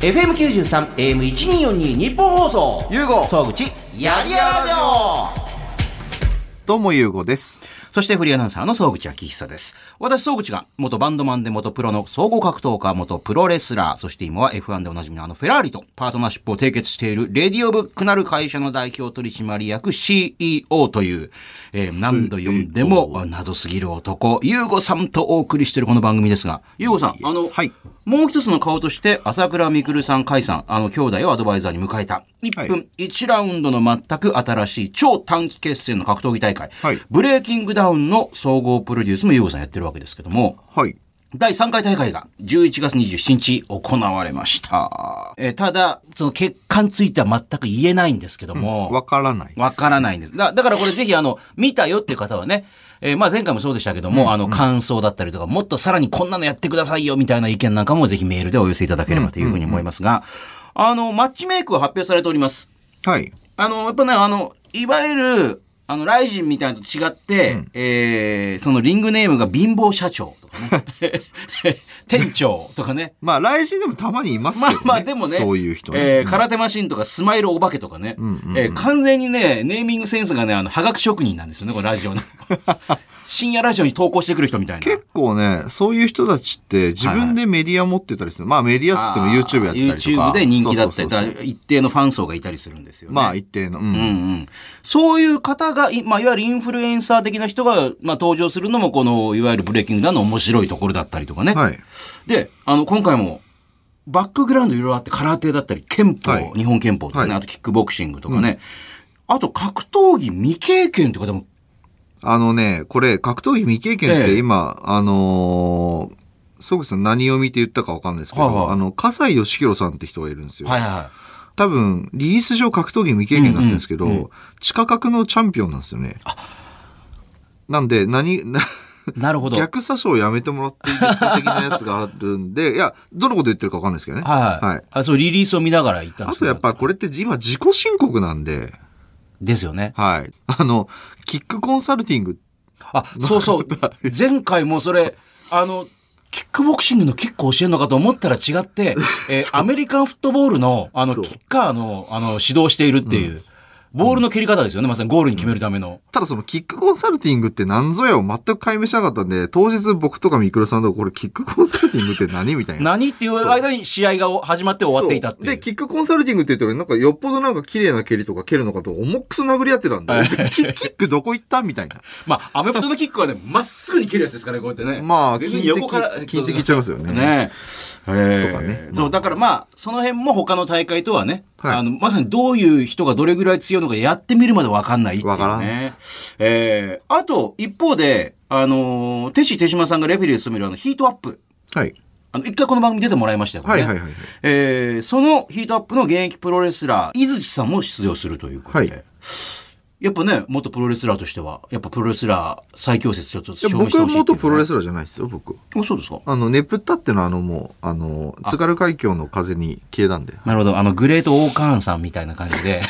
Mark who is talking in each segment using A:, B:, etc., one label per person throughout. A: FM93 AM1242 日本放送
B: ゆうご
A: 総口やりやらじょ
B: どうもゆうごです。
A: そしてフリーアナウンサーの総口昭久です私総口が元バンドマンで元プロの総合格闘家元プロレスラーそして今は F1 でおなじみのあのフェラーリとパートナーシップを締結しているレディオブクなる会社の代表取締役 CEO という、えー何度読んでも謎すぎる男ゆうごさんとお送りしているこの番組ですがゆうごさんあの、
B: はい
A: もう一つの顔として、朝倉未来さん、甲斐さん、あの、兄弟をアドバイザーに迎えた。1
B: は
A: 分1ラウンドの全く新しい超短期決戦の格闘技大会。
B: はい
A: ブレイキングダウンの総合プロデュースも優吾さんやってるわけですけども、
B: はい。
A: 第3回大会が11月27日行われました。えーただ、その結果については全く言えないんですけども。
B: わからない。
A: わからないんです。だだからこれぜひあの、見たよっていう方はね、えーまあ前回もそうでしたけども、あの、感想だったりとか、もっとさらにこんなのやってくださいよみたいな意見なんかもぜひメールでお寄せいただければというふうに思いますが、あの、マッチメイクを発表されております。
B: はい。
A: あの、やっぱね、あの、いわゆる、あの、ライジンみたいなのと違って、えーそのリングネームが貧乏社長とかね、 店長とかね、
B: まあ、来週でもたまにいます
A: ま
B: け
A: あ
B: どね。
A: まあでもね、
B: そういう人ね。
A: えー空手マシンとかスマイルお化けとかね、えー完全にね、ネーミングセンスがね、あの、はがき職人なんですよね、このラジ オの。深夜ラジオに投稿してくる人みたいな。
B: 結構ね、そういう人たちって自分でメディア持ってたりする。まあメディアっつっても YouTube やってたりとか。
A: YouTube で人気だったり、
B: そうそう
A: だ
B: そう
A: から一定のファン層がいたりするんですよね。
B: まあ一定の。うん。
A: うんうん、そういう方が、いまあ、いわゆるインフルエンサー的な人が、まあ、登場するのも、この、いわゆるブレイキングダウンの面白いところだったりとかね。
B: はい。
A: で、あの、今回も、バックグラウンドいろいろあって、空手だったり、憲法、
B: はい
A: 日本憲法とかね、
B: はい
A: あとキックボクシングとかね、あと格闘技未経験とかでも、
B: あのね、これ格闘技未経験っ
A: ええ
B: て今、あのー、ソグさん何を見て言ったかわかんないですけど、
A: はいはい
B: あの、笠井義弘さんって人がいるんですよ。
A: はいはいは
B: 多分、リリース上格闘技未経験なんですけど、地下格のチャンピオンなんですよね。なんで、何、な
A: い。なるほど。
B: 逆詐称やめてもらっていいですか的なやつがあるんで、いや、どのこと言ってるかわかんないですけどね。
A: はい、はい、あ。そう、リリースを見ながら行ったんです
B: あ
A: け
B: と
A: ど
B: やっぱこれって今自己申告なんで、
A: ですよね。
B: はい。 あの、キックコンサルティング、
A: あ、そう そう。前回もそれ、あの、キックボクシングのキックを教えるのかと思ったら違 って、えーアメリカンフットボールの、あの、
B: そう
A: キッカーの、あの、指導しているっていう、ボールの蹴り方ですよね。まさにゴールに決めるための。
B: ただそのキックコンサルティングって何ぞやを全く解明しなかったんで、当日僕とかミクロさんとかこれキックコンサルティングって何みたいな。
A: 何っていう間に試合が始まって終わっていたっていう。
B: そうで、キックコンサルティングって言ったら、なんかよっぽどなんか綺麗な蹴りとか蹴るのかと重くそ殴り合ってたんで、キキックどこ行ったみた いな。
A: まあ、アメフトのキックはね、まっすぐに蹴るやつですからね、こうやってね。
B: まあ、
A: 全
B: 金
A: 然
B: 的、
A: 横から、
B: 金的いっちゃいますよね。
A: ねえ。
B: とかね
A: そう、だからまあ、その辺も他の大会とはね、
B: はい
A: あの、まさにどういう人がどれぐらい強いのかやってみるまでわかんないっていうね。
B: わからん
A: え
B: で
A: えあと、一方で、あのー、手師手島さんがレフェリーを務めるあの、ヒートアップ。
B: はい。
A: あの、一回この番組出てもらいましたよ、こ
B: は
A: れ
B: い
A: ね
B: はいはいはい。
A: えーそのヒートアップの現役プロレスラー、井槌さんも出場するということで。
B: はい
A: やっぱね、元プロレスラーとしては、やっぱプロレスラー最強説ちょっと
B: いや
A: 証明して
B: 僕は
A: ほしいっていうね、
B: 元プロレスラーじゃないですよ、僕。
A: あそうですか。
B: あの、ネプタってのはあのもう、あの、津軽海峡の風に消えたんで。
A: なるほど。あの、グレート・オーカーンさんみたいな感じ で、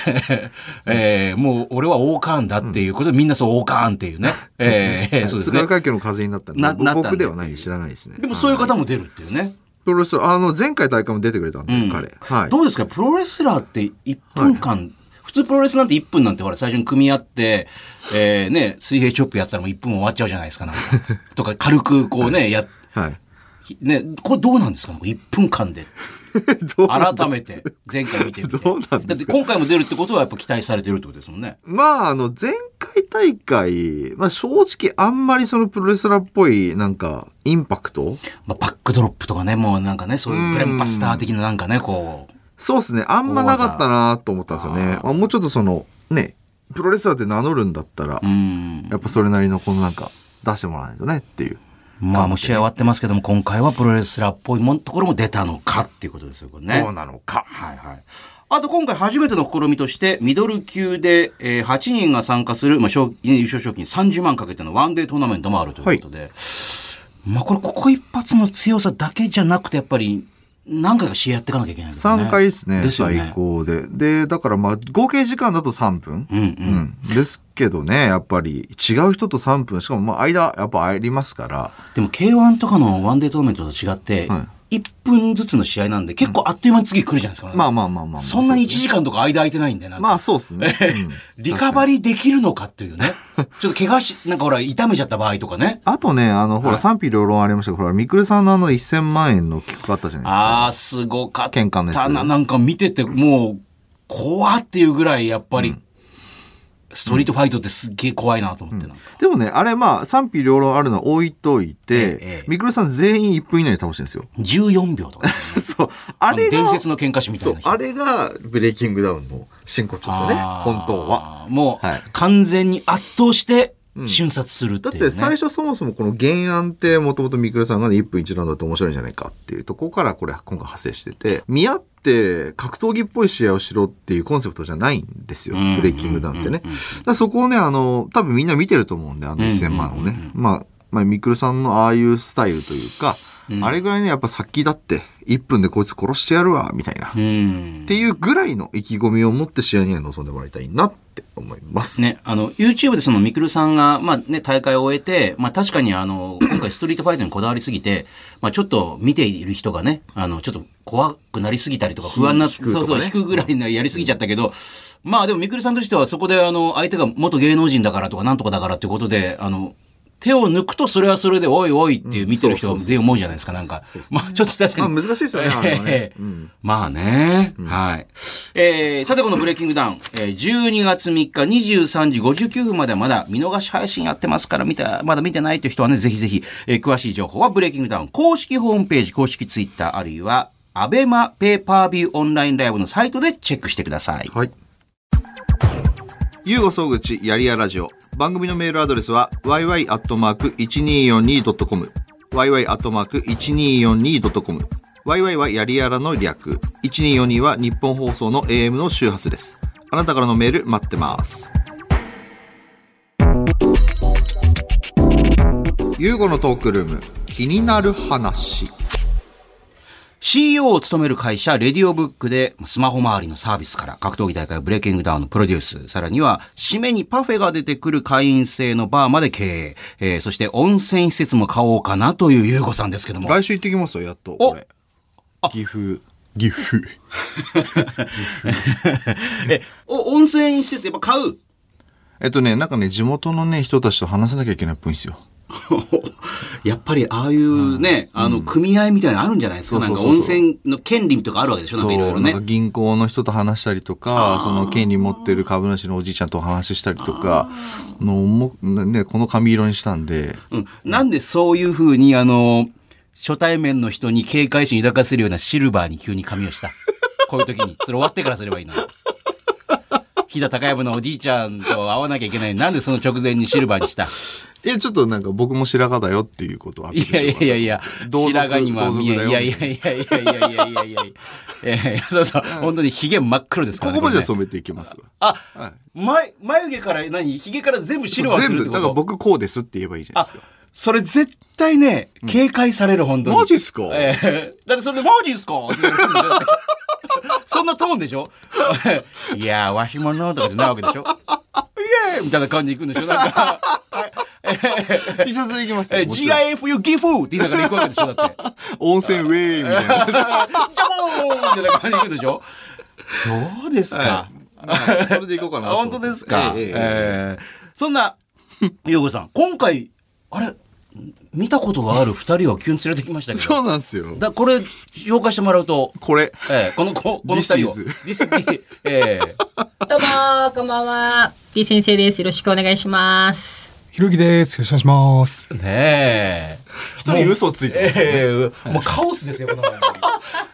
A: えーもう俺はオーカーンだっていうことで、みんなそうオーカーンって いうね。えーそうです
B: 津
A: ね
B: 軽。海峡の風になったんで、
A: ななったんで
B: 僕ではない、知らないですね。
A: でもそういう
B: は
A: 方も出るっていうね。
B: プロレスラー、あの、前回大会も出てくれたんで、彼。はい。
A: どうですかプロレスラーって1分間、普通プロレスなんて1分なんてほら最初に組み合って、えーね、水平チョップやったらもう1分終わっちゃうじゃないです かなんかとか軽くこうね、やっ
B: はい。
A: ね、これどうなんですか ?1 分間で。
B: どう
A: 改めて、前回見てみて。
B: どうなん
A: だって今回も出るってことはやっぱ期待されてるってことですもんね。
B: まあ、あの、前回大会、まあ正直あんまりそのプロレスラーっぽい、なんか、インパクト
A: まあ、バックドロップとかね、もうなんかね、そういうブレンパスター的ななんかね、こう。
B: そうですね。あんまなかったなと思ったんですよね。まあもうちょっとその、ね、プロレスラーって名乗るんだったら、
A: うん。
B: やっぱそれなりのこのなんか、出してもらわないとねっていう。
A: まあ、もう試合終わってますけども、今回はプロレスラーっぽいもんところも出たのかっていうことですよ、これね。
B: どうなのか。
A: はいはい。あと今回初めての試みとして、ミドル級で、えー8人が参加する、まあ、賞優勝賞金30万かけてのワンデートーナメントもあるということで、まあこれ、ここ一発の強さだけじゃなくて、やっぱり何回か試合やっていかなきゃいけないですね。
B: 3回ですね。
A: ですよね
B: 最高で。で、だからまあ、合計時間だと3分。
A: うんうん。
B: うん、ですけどね、やっぱり違う人と3分、しかもまあ間やっぱありますから、
A: でも K1 とかのワンデートーナメントと違って、 1分ずつの試合なんで、結構あっという間に次来るじゃないですか。
B: まあまあまあまあまあ。
A: そんなに1
B: うですね
A: 時間とか間空いてないんで、なんか
B: まあそうですね。うん
A: リカバリーできるのかっていうね。ちょっと怪我し、なんかほら、痛めちゃった場合とかね。
B: あとね、あの、
A: は
B: ほ
A: い
B: ら、賛否両論ありましたけど、ほら、ミクルさんのあの1000万円の企画あったじゃないですか。
A: ああ、すごかった。
B: 喧嘩のやつ
A: ななんか見てて、もう、怖っていうぐらい、やっぱり、ストリートファイトってすっげえ怖いなと思って、なんか。
B: でもね、あれまあ、賛否両論あるのは置いとい
A: ええ
B: て、ミクルさん全員1分以内に倒してるんですよ。
A: 14秒とかね、
B: そう。 あれが、
A: 伝説の喧嘩師みた
B: そ
A: いうな。、
B: あれがブレイキングダウンの真骨頂ですよね、
A: あー
B: 本当は。。
A: もう、
B: はい
A: 完全に圧倒して、瞬殺するって
B: だ
A: い
B: っ
A: う、ね
B: て最初そもそもこの原案ってもともとミクルさんがね1分1ラウンドだと面白いんじゃないかっていうとこからこれ今回派生してて見合って格闘技っぽい試合をしろっていうコンセプトじゃないんですよ
A: うん
B: ブレイキングダウンってね。だからそこをねあの多分みんな見てると思うんであの1000万をね。まあまあミクルさんのああいうスタイルというかあれぐらいねやっぱ先だって1分でこいつ殺してやるわみたいな。
A: うん
B: っ。ていうぐらいの意気込みを持って試合には臨んでもらいたいなって思います。
A: ね、あの、YouTube でそのミクルさんが、まあね、大会を終えて、まあ確かにあの、 今回ストリートファイトにこだわりすぎて、まあちょっと見ている人がね、あの、ちょっと怖くなりすぎたりとか不安な、
B: 引くとか
A: そうそ
B: ね
A: う、引くぐらいのやりすぎちゃったけど、まあでもミクルさんとしてはそこであの、相手が元芸能人だからとかなんとかだからっていうことで、あの、手を抜くとそれはそれでおいおいっていう見てる人は全員思うじゃないですか、なんか。まあちょっと確か
B: まあ
A: に。
B: 難しいですよね、あれ はね
A: え。えまあね、はい。えーさてこのブレイキングダウン、えー12月3日23時59分まではまだ見逃し配信やってますから、見た、まだ見てないという人はね、ぜひぜひ、えー詳しい情報はブレイキングダウン公式ホームページ、公式ツイッター、あるいは、アベマペーパービューオンラインライブのサイトでチェックしてください。
B: はい。ゆうご総口やりやラジオ。番組のメールアドレスは yy.1242.com。yy.1242.com。yy はやりやらの略。1242は日本放送の AM の周波数です。あなたからのメール待ってます。ゆうごのトークルーム、気になる話。
A: CEO を務める会社、レディオブックで、スマホ周りのサービスから、格闘技大会ブレイキングダウンのプロデュース、さらには、締めにパフェが出てくる会員制のバーまで経営、えーそして温泉施設も買おうかなという優子さんですけども。
B: 来週行ってきますよ、やっと。これ。岐阜。岐阜。
A: え、お、温泉施設やっぱ買う
B: えっとね、なんかね、地元のね、人たちと話さなきゃいけないっぽいんですよ。
A: やっぱりああいうね、あの、組合みたいなのあるんじゃないですか。
B: そう
A: な
B: そ
A: ん
B: う
A: か
B: そうそう
A: 温泉の権利とかあるわけでしょなんかいろいろ
B: なん
A: ね
B: か。銀行の人と話したりとか、その権利持ってる株主のおじいちゃんとお話ししたりとか、のもね、この髪色にしたんで、
A: うん。なんでそういうふうに、あの、初対面の人に警戒心抱かせるようなシルバーに急に髪をした。こういう時に。それ終わってからすればいいのに。飛騨高山のおじいちゃんと会わなきゃいけない。なんでその直前にシルバーにした
B: いや、ちょっとなんか僕も白髪だよっていうことは。
A: いやいやいやいや、
B: 同族
A: 白髪には見え、
B: 同
A: い
B: 族
A: や
B: だよ
A: いやいやいやいやいやいやいやええそうそう、本当に髭真っ黒ですか
B: こ
A: らね。
B: こまでは
A: これね
B: 染めていけます。は
A: あ、眉眉毛から何髭から全部白はす
B: 全
A: るって
B: 部、だ
A: こ
B: か
A: と
B: ら僕こうですって言えばいいじゃない
A: あ
B: ですか。、
A: それ絶対ね、警戒される、本当に。
B: マジっすか
A: ええだってそれでマジっすかって言われてるんだよ そんなトーンでしょ いやー、わしものとかじゃないわけでしょイエーイみたいな感じで行くんでしょなんか。
B: T シャツでいきます
A: え
B: よ。もちろん
A: GIFU ギフって言いながら行くわけでしょだ って。
B: 温泉ウェイみたい
A: ジ
B: な。
A: ャボーンみたいな感じで行くでしょどうですか、
B: はいそれでいこうかな
A: あ
B: と思っ
A: 本
B: て。
A: 当ですか、
B: えええ
A: え
B: え
A: ーそんな、ゆうごさん、今回、あれ、見たことがある二人を急に連れてきましたけど、
B: そうなんですよ。
A: だこれ、紹介してもらうと、
B: これ。
A: えーこのここの二人を、
B: This
A: This is- えー
C: どうもーこんばんは。D 先生です。よろしくお願いします。
D: ひろゆきです。よろしくお願いします。
A: ねえ。
B: 一人嘘ついてますよね
A: えーもうカオスですよ、この 番組。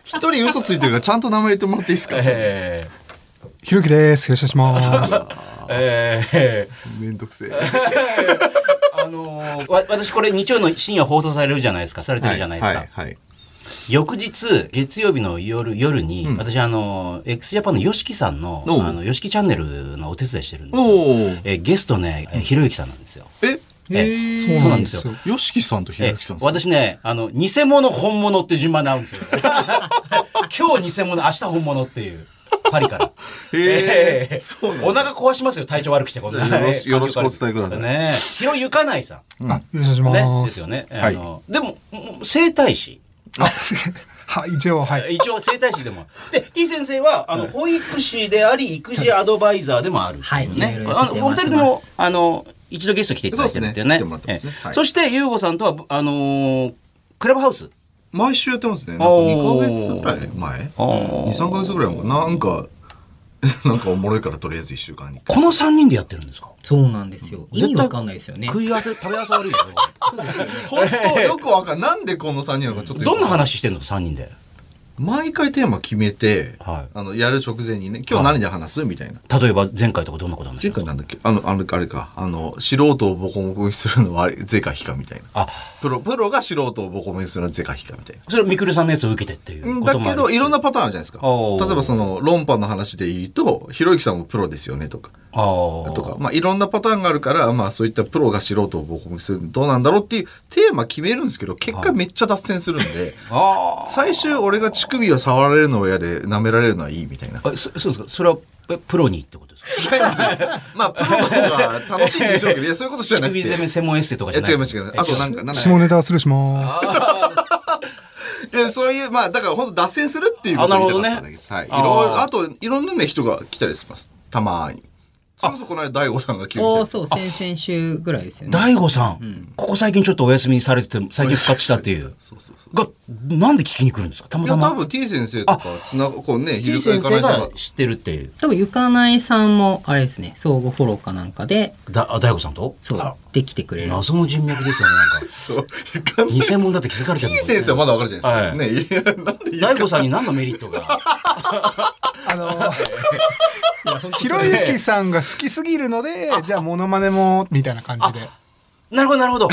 B: 一人嘘ついてるからちゃんと名前言ってもらっていいですか
A: え
D: ひろゆきです。よろしくお願いします。
A: ーえー
B: めんどくせえ。
A: あのーわ私これ日曜の深夜放送されるじゃないですか、されてるじゃないですか。
B: はいはいはい
A: 翌日月曜日の夜夜に、私あの x ジャパンの YOSHIKI さんの
B: おう
A: あの YOSHIKI チャンネルのお手伝いしてるんですよ
B: おお。
A: えーゲストねえーひろゆきさんなんですよ
B: え
A: え そうなんですよ
B: よしきさんとひろ
A: え
B: ゆきさんですか
A: 私ねあの偽物本物って順番で会うん ですよ今日偽物明日本物っていうパリから
B: へ
A: え
B: え
A: ー
B: そうなん
A: お腹壊しますよ体調悪くしてこんな
B: じゃあよろしよろしくお伝えください
A: ねひろゆかないさん
D: よろしくお願
A: ね
D: いしま。
A: ですすよねあの、でももう整体師
B: あ
D: はい、一応、はい。
A: 一応整体師でも。で、T 先生は、あの、保育士であり、育児アドバイザーでもあるってうね。
C: はいいろいろやら
A: あの
C: せて
A: お
C: も
A: 二
C: らって
A: 人
C: ま
A: と
C: す
A: も、あの、一度ゲスト来ていただいてるっていうね。
B: そうですね来てもらってますね
A: ええ
B: はい
A: そして、ゆうごさんとは、あのークラブハウス。
B: 毎週やってますね。なんか
A: おー
B: 2ヶ月ぐらい前
A: あ
B: ?2、
A: ー
B: 3ヶ月ぐらい前。なんか、 なんかおもろいからとりあえず1週間に一回。
A: この三人でやってるんですか
C: そうなんですよ。意味わかんないですよね。
A: 食い合わせ、食べ合わせ悪い ですね。
B: 本当よくわかんなんでこの3人なのかちょっとよく
A: どんな話してんの三人で。
B: 毎回テーマ決めて、
A: はい
B: あの、やる直前にね、今日何で話すみたいな。
A: 例えば、前回とかどんなことなんです
B: 前
A: か
B: 回なんだっけあの、あの、あれか、あの、素人をボコボコにするのはゼカヒカみたいな。
A: あ、
B: プロ、プロが素人をボコボコにするのはゼカヒカみたいな。
A: それみくるさんのやつを受けてっていうこ
B: だ
A: ともあ
B: け
A: る
B: ど、いろんなパターンあるじゃないですか。
A: おー
B: 例えばその、論破の話で言うと、ひろゆきさんもプロですよねとか、
A: あー
B: とか、まあ、いろんなパターンがあるから、まあ、そういったプロが素人をボコボコにするのどうなんだろうっていうテーマ決めるんですけど、結果めっちゃ脱線するんで、
A: あ
B: 最終俺が乳首を触られるのは嫌で、舐められるのはいいみた いな。
A: ーあ。そそうですか。それは、えプロにってことですか
B: 違いますよ。 まあ、プロの方が楽しいんでしょうけど、いや、そういうことじゃな
A: 乳
B: く
A: 首攻
B: て。いや、違い
A: め専門エッセイとかじゃ
B: ま
A: ない
B: す、違います。あとなんか、なん
D: 下
B: か、
D: ネタするしまーす。
B: いやそういう、まあ、だから本当脱線するっていうこと
A: あなる
B: を
A: ほ
B: 言
A: ど
B: い
A: ね
B: たかっただけです。はい。い
A: あ
B: ろ
A: ー
B: いろ、あと、いろんなね、人が来たりします。たまーに。それこそこの間、大悟さんが急に来
C: お
B: て
C: お、。そう、先々週ぐらいですよね。
A: 大悟さん,、ここ最近ちょっとお休みにされてて、最近復活したっていう。
B: そうそうそう。
A: が、なんで聞きに来るんですかたま
B: い
A: た
B: や、多
A: ま。
B: 分 T 先生とか、つなが、こうね、
A: T
B: 昼
A: 先
B: から
A: 生
B: 行かない人
A: が
B: が。
A: 知ってるっていう。
C: 多分、ゆかないさんも、あれですね、相互フォローかなんかで、
A: だあ大悟さんと
C: そう
A: あ、
C: できてくれる。
A: 謎の人脈ですよね、なんか。
B: そう。
A: 偽物だって気づかれて
B: T
A: るもんね
B: 先生はまだわかるじゃないですか。ねいや、なんで言う
A: 大悟さんに何のメリットが
D: あ のー、ひろゆきさんが好きすぎるので、じゃあモノマネも、みたいな感じで。
A: なるほど、なるほど。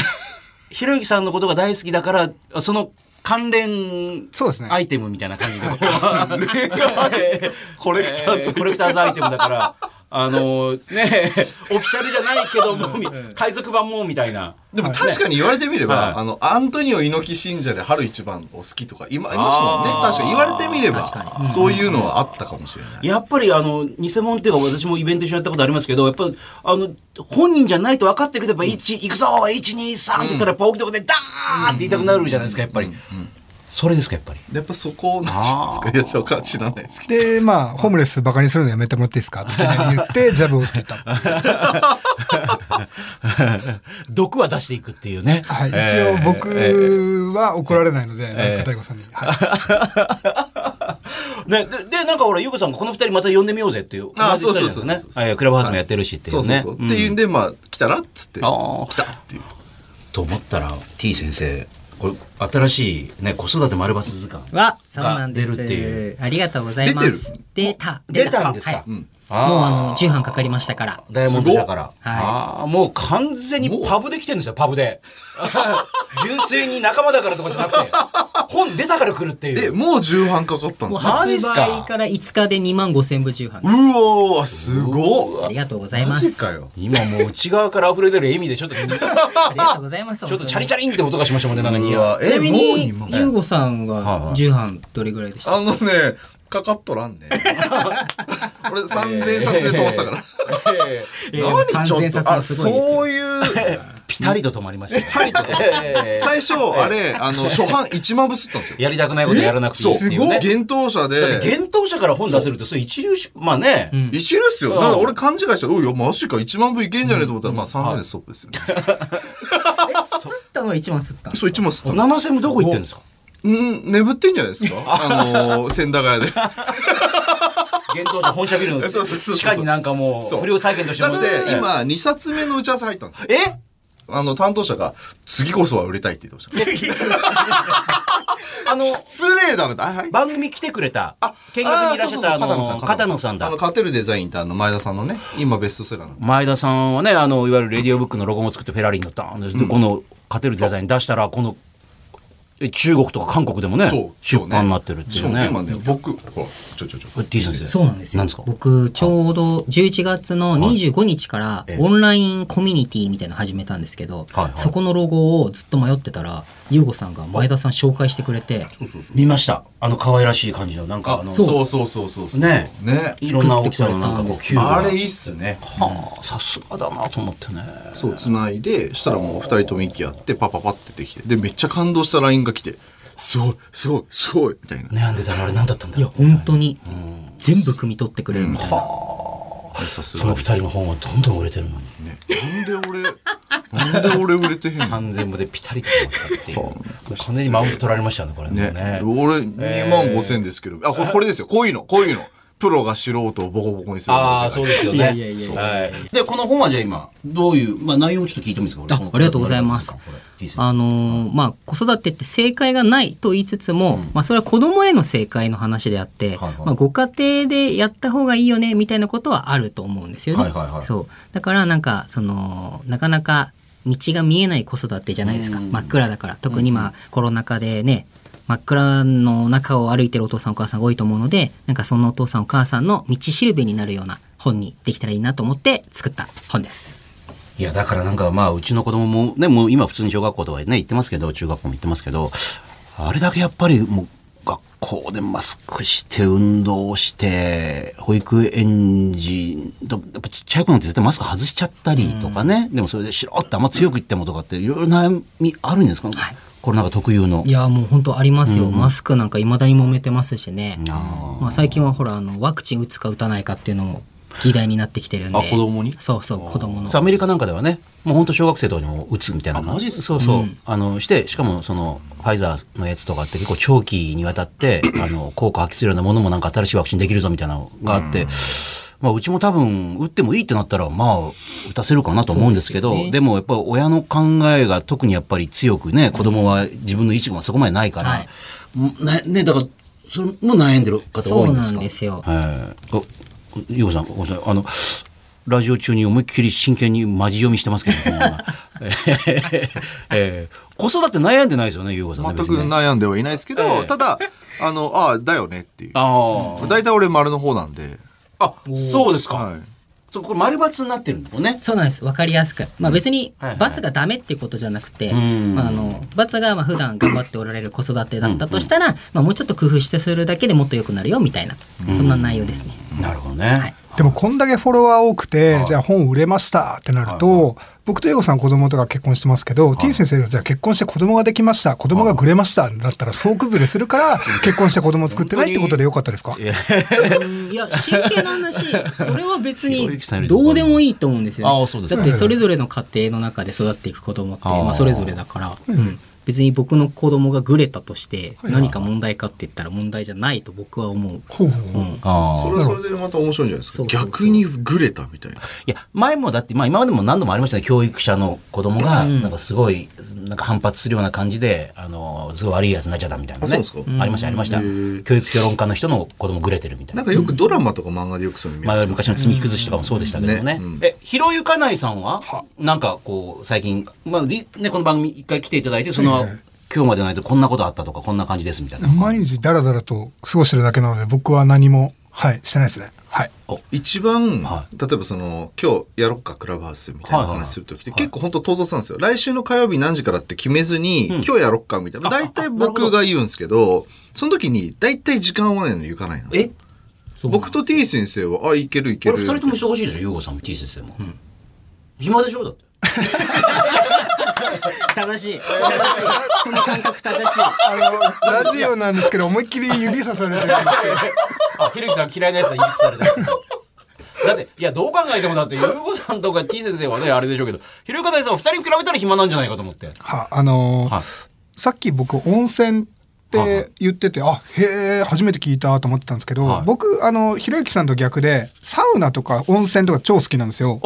A: ひろゆきさんのことが大好きだから、あその関連
D: そうですね
A: アイテムみたいな感じで。コレクターズ。コレクターズアイテムだから、あのね、オフィシャルじゃないけども、み海賊版もみたいな。
B: でも確かに言われてみれば、
A: はい
B: あの、アントニオ猪木信者で春一番を好きとか、今、いましたもんね。確かに言われてみれば、そういうのはあったかもしれない。
A: やっぱりあの偽物っていうか私もイベント一緒にやったことありますけどやっぱあの本人じゃないと分かってるとやっぱ1行くぞ123って言ったらやっぱ大きなことでダーンって言いたくなるじゃないですかやっぱりそれですかやっぱり
B: やっぱそこなんですかいや、そうか知らないですけ
D: で、まあ、ホームレスバカにするのやめてもらっていいですかっていきなり言って、ジャブを打っていった。は
A: 毒は出していくっていうね
D: い。一応僕は怒られないので、なんか大悟さんに。はい
A: ね、ででなんかほらゆうこさんがこの二人また呼んでみようぜっていう
B: あ
A: 同じ二人
B: そうそうそう
A: なん
B: そう
A: です
B: そう
A: ねえークラブハウスもやってるしってい
B: ど。
A: うね
B: そうそうそ
A: ん
B: う。っていうんで、まあ、来たらっつって、来
A: ああ
B: たっていう。
A: と思ったら T 先生これ新しいね子育て丸抜図鑑
C: は、そうなんで
A: が出るってい
C: す。ありがとうございます。出た。
A: 出たんですか
C: はいもう、あの、重版かかりましたから。
A: ダイヤモンド社から。
C: ごいはい
A: ああ、もう完全にパブで来てるんですよ、パブで。 純粋に仲間だからとかじゃなくて、本出たから来るってい
B: で、
A: う。
B: もう重版かかったんですよ。
A: マジっ
C: 発
A: すか
C: 売から5日で2万5千部重版
B: う。おー、すご
C: あ
B: っ
C: りがとうござい
B: マ
C: ます。
B: ジかよ。
A: 今もう内側から溢れ出る笑みでちょっと、ちょ
C: ありがとうございます。
A: っとチャリチ
C: ャ
A: ャリンって音がしましたもんね、なんかに。
B: うわ
C: ちな
B: え、もう
C: みに
B: 今、
C: ゆうごさん
A: はいは
C: はい重版どれぐらいでした
B: あのね、かかっとらんね。俺、3000冊で止まったから。
A: ええ
C: いや
B: 何ちょ
C: 3000
B: っ
C: 冊
B: と、あ、
C: はすごいですよ
B: そういう。
A: ピタリと止まりましたね。ええ
B: 最初、あれ、あの、初版1万部すったんですよ。
A: やりたくないことやらなくてい
B: そ。
A: いうっていうね。
B: 幻冬舎
A: だって
B: で。
A: 幻冬者から本出せるって、それ一流し、まあね。
B: 一流っすよ。だから俺勘違いして、おい、いや、マジか、1万部いけんじゃねえと思ったら、まあ3000でストップですよね。
C: 吸ったのは一番吸ったの。
B: そう、1万すった。
A: 七千もどこ行ってんですか
B: うん、眠ってんじゃないですか あの、千駄ヶ谷で。
A: 幻冬者本社ビルの
B: そうそうそうそう
A: 地下になんかも、
B: そうう
A: 不良債権として
B: だ
A: も。
B: って、今、2冊目の打ち合わせ入ったんですよ。
A: え
B: あの、担当者が、次こそは売れたいって言って ました。
A: あの、
B: 失礼だなって、あはい。
A: 番組来てくれた
B: あ、
A: 見学にいらっしゃったあ
B: そうそうそう
A: の片野さん
B: あ
A: だ
B: の、勝てるデザインってあの、前田さんのね、今ベストセラーの。
A: 前田さんはねあのいわゆるレディオブックのロゴも作ってフェラーリに乗ったんですで、この勝てるデザイン出したらこのえ中国とか韓国でもね
B: そう。
A: 出版になってるってい
B: し
A: う
B: かも
A: ね
B: 今ね、僕、ほら、ちょちょちょ。
A: これ T 先生
C: そうなんですよ。
A: なんですか
C: 僕、ちょうど11月の25日から、オンラインコミュニティみたいなの始めたんですけど、
A: はいはい
C: そこのロゴをずっと迷ってたら、ゆうごさんが前田さん紹介してくれて、
A: 見ましたあの可愛らしい感じのなんかあ
B: あ、
A: の
B: そうそうそうそうそう。
A: ね
B: ね。
A: いろんな大きさのなんかこうキューブ
B: あ
A: が
B: れいいっすね。
A: はあさすがだなと思ってね
B: そう、繋いで、したらもう二人とも息合って、パパパってできて。で、めっちゃ感動した LINE が来て、すごい、すごい、すごい、みたいな。
A: 悩んでたのあれ何だったんだ
C: いや、本当に、全部汲み取ってくれるみたいな。
A: その二人の本はどんどん売れてるのに。
B: ねなんで俺、なんで俺売 れてへんの
A: 三千部でピタリと止まったっていう。 もう完全にマウント取られましたね、これね。
B: ね。俺、2万5千ですけど。あ、これ、これですよ。こういうの、こういうの。プロが素人をボコボコにする
A: ああ、
B: んです
A: そ
B: よ
A: うですよね。
C: いやいやいやいや
A: はい。で、この本はじゃあ今、どういう、まあ内容もちょっと聞いてもいいですか
C: あありがとうございます。
A: これこれいいですか
C: あのーまあ子育てって正解がないと言いつつも、まあそれは子供への正解の話であって、
A: はいはい
C: まあご家庭でやった方がいいよねみたいなことはあると思うんですよね。
A: はいはいはい
C: そうだからなんかそのなかなか道が見えない子育てじゃないですか、真っ暗だから特にまあコロナ禍でね真っ暗の中を歩いてるお父さんお母さんが多いと思うのでなんかそのお父さんお母さんの道しるべになるような本にできたらいいなと思って作った本です。
A: いや、だからなんかまあ、うちの子供もね、もう今普通に小学校とかね、行ってますけど、中学校も行ってますけど、あれだけやっぱりもう、学校でマスクして、運動して、保育園児、やっぱちっちゃい子なんて絶対マスク外しちゃったりとかね、でもそれでしろってあんま強く言ってもとかって、いろいろ悩みあるんですか、これなんか特有の
C: い。やもう本当ありますよ、マスクなんかいまだに揉めてますしね、
A: あ
C: まあ、最近はほらあのワクチン打つか打たないかっていうのも議題になってきてるんで
B: あ子供に
C: そうそう子供の
A: そうアメリカなんかではねもう本当小学生とかにも打つみたいな
B: あマジっすか
A: そうそう、あのしてしかもそのファイザーのやつとかって結構長期にわたってあの効果発揮するようなものもなんか新しいワクチンできるぞみたいなのがあって。まあ、うちも多分打ってもいいってなったらまあ打たせるかなと思うんですけど
C: そう
A: で
C: ですよね
A: もやっぱり親の考えが特にやっぱり強くね子供は自分の意思がそこまでないから、
C: はい
A: もなねだからそれも悩んでる方
C: そ
A: 多い
C: うん
A: で
C: な
A: す
C: ん
A: か
C: ですよ
A: えー、あゆうこさん、ごめんなさい。あの、ラジオ中に思いっきり真剣にマジ読みしてますけど、今えーえー子育て悩んでないですよね、ゆうこさんね、
B: 全
A: 別
B: く
A: にね。
B: 悩んではいないですけど、
A: ええ
B: ただ、あの、ああ、だよねっていう。
A: あ
B: 大体俺丸の方なんで。
A: あ。あ、そうですか。
B: はい。
A: そうこれ丸抜になってるんだもんね。
C: そうなんです分かりやすく、まあ、別に
A: はいはい
C: 罰がダメっていうことじゃなくて、
A: うん
C: まあ、あの罰がまあ普段頑張っておられる子育てだったとしたら、まあ、もうちょっと工夫してするだけでもっと良くなるよみたいなそんな内容ですね。
A: なるほどね。
C: はい
D: でもこんだけフォロワー多くて、じゃあ本売れましたってなると、僕と英語さん子供とか結婚してますけど、T 先生がじゃあ結婚して子供ができました子供がぐれましたになったら総崩れするから結婚して子供作ってないってことでよかったですか
C: うんいや真剣な話それは別
A: ひろゆ
C: に
A: きさんより
C: どうでもいいと思うんですよ、ね、
A: ああそうです
C: だってそれぞれの家庭の中で育っていく子供って
A: ああ
C: まあ、それぞれだから、うん別に僕の子供がグレたとして何か問題かって言ったら問題じゃないと僕は思う。
D: ほうほうほう
C: うん
A: あ
B: そ
A: あ。
B: れはそれでまた面白いんじゃないです
C: そ
B: か。
C: うそうそう
B: 逆にグレたみたいな。
A: いや、前もだって、まあ今までも何度もありましたね。教育者の子供が、
C: うん
A: なんかすごい、なんか反発するような感じで、あの、すごい悪いやつになっちゃったみたいなね。
B: あそうです
A: ありました、ありました
B: へえ。
A: 教育評論家の人の子供グレてるみたいな
B: なん。かよくドラマとか漫画でよくそういうの見
A: ま
B: ま
A: あ、
B: すよ。
A: 昔の積み木崩しとかもそうでしたけどね。
B: ねうん
A: え、ひろゆかないさんは、なんかこう、最近、まあ、じね、この番組一回来ていただいて、その、今日までの間こんなことあったとか、こんな感じですみたいな。
D: 毎日ダラダラと過ごしてるだけなので僕は何も、はい、してないですね。 はい。
B: 一番、
A: は
B: 例えばその今日やろっかクラブハウスみたいな
A: はいはいはい
B: 話する時って結構本当唐突なんですよ、来週の火曜日何時からって決めずに、今日やろっかみたいな大体僕が言うんですけどその時に大体時間合わないのに行かないんです
A: え
B: よ僕と T 先生はあいけるいけ
A: こ
B: る
A: れ二人とも忙しいでしょ、ゆうごさんも T 先生も。暇でしょだって。
C: 正しい正しいその感覚正しい
D: あの、ラジオなんですけど思いっきり指さされてる。
A: あ、ひろゆきさん嫌いなやつだ、許されたやつ。だって、いや、どう考えてもだって、ゆうごさんとか T 先生はね、あれでしょうけど、ひろゆかないさんは二人比べたら暇なんじゃないかと思って。
D: は、あのー
A: はい
D: さっき僕温泉って言ってて、あ、へえ、初めて聞いたと思ってたんですけど、
A: はい
D: 僕、あの、ひろゆきさんと逆で、サウナとか温泉とか超好きなんですよ。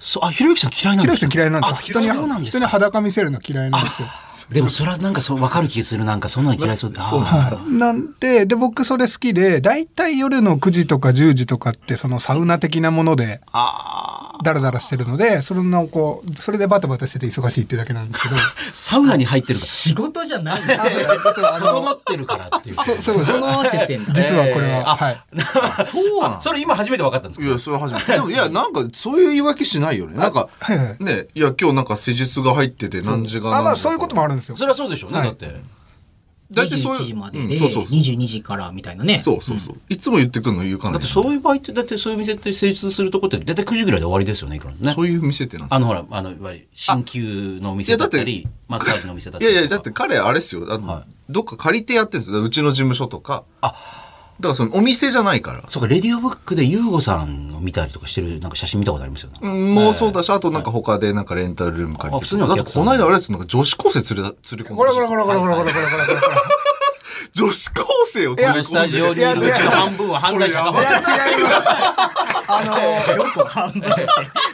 A: そう、あ、ひろゆきさん嫌いな
D: ひろゆきさん嫌いなんですよ。
A: あ
D: 人に
A: そうなんですか
D: 人に裸見せるの嫌いなんですよ。
A: でもそれはなんかそう分かる気するなんかそんなの嫌いそうでそう
D: はい、なんでで僕それ好きで大体夜の9時とか10時とかってそのサウナ的なものでダラダラしてるのでそれのこうそれでバタバタしてて忙しいっていうだけなんですけど
A: サウナに入ってるか
C: 仕事じゃないの
A: ら整ってるからっていう
D: そそうです
C: 整わせてんだ
D: 実はこれは、
A: えーあ
D: はい
B: そうなの
A: あそれ今初めて分かったんです
B: い
A: けど
B: やそれは初めてでもいやなんかそういう言い訳しないよねなんか、
D: はいはい
B: ねいや今日なんか施術が入ってて何時が何時
D: あまあそういうこともあるんですよ
A: それはそうでしょうね、
D: はい
A: だって
B: 大体そういう
C: 21時まで
B: うん
C: で
B: そうそうそう
C: 22時からみたいなね
B: そうそうそう、いつも言ってくるの夕刊
A: だってそういう場合って、だってそういう店って成立するとこって、大体9時ぐらいで終わりですよね、いくらね。
B: そういう店ってなんです
A: あ
B: か
A: の、ほら、あの、いわゆる、鍼灸のお店だった
B: いや
A: り、マッサージのお店だっ
B: い
A: たり
B: や
A: と
B: い
A: か。
B: やだって彼あれですよあの、
A: は
B: どっか借りてやってるんですようちの事務所とかあだからそのお店じゃないから
A: そうか、レディオブックでユーゴさんを見たりとかしてる、なんか写真見たことありますよね。
B: うんもうそうだし、あとなんか他でなんかレンタルルーム借り
A: あ普
B: て
A: 通にお
B: だって
A: 客さん
B: この間あれですよなんか女子高生連れた連れ込んで
D: こらこらこらこらこらこらこらこらこらこら。
B: 女子高生を連れ
A: スタ
B: 込ん
A: ジ
B: で
A: オにいるうちの半分は犯罪者かも
B: これやばい
D: 違います。あ
C: どこ半分って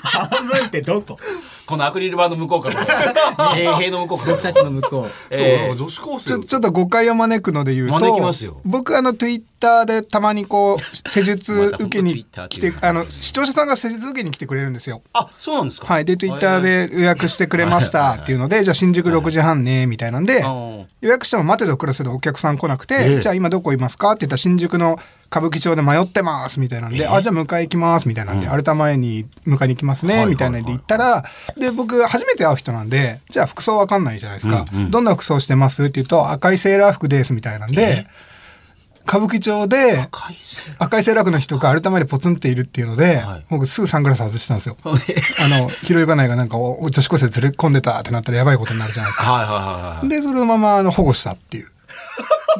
C: 半分ってど こ
A: このアクリル板の向こ うから。衛兵の向こうから。
C: 僕たちの向こう
B: そう、なん
A: え
B: か女子高
D: ち
B: 生
D: ょちょっと誤解を招くので言うと
A: 招きますよ
D: 僕あのツイッターでたまにこう施術受けに
A: また本当 Twitter っ
D: 来て
A: ていう
D: あの視聴者さんが施術受けに来てくれるんですよ。
A: あ、そうなんですか。
D: はい、でツイッターで予約してくれましたっていうのでじゃあ新宿6時半ねみたいなんで
A: ー
D: 予約しても待てど暮らせどお客さん来なくて、じゃあ今どこいますかって言ったら新宿の歌舞伎町で迷ってますみたいなんで、あじゃあ迎え行きますみたいなんで、アルタ前に迎えに行きますねみたいなんで行ったら、で僕初めて会う人なんでじゃあ服装わかんないじゃないですか、どんな服装してますって言うと赤いセーラー服ですみたいなんで、歌舞伎町で
A: 海鮮
D: 赤いセーラー服の人がアルタ前でポツンっているっていうので、
A: はい
D: 僕すぐサングラス外したんです よ。あの拾い金がなんかおお女子高生連れ込んでたってなったらやばいことになるじゃないですか。
A: はいはいはいはい。
D: でそれのままあの保護したっていう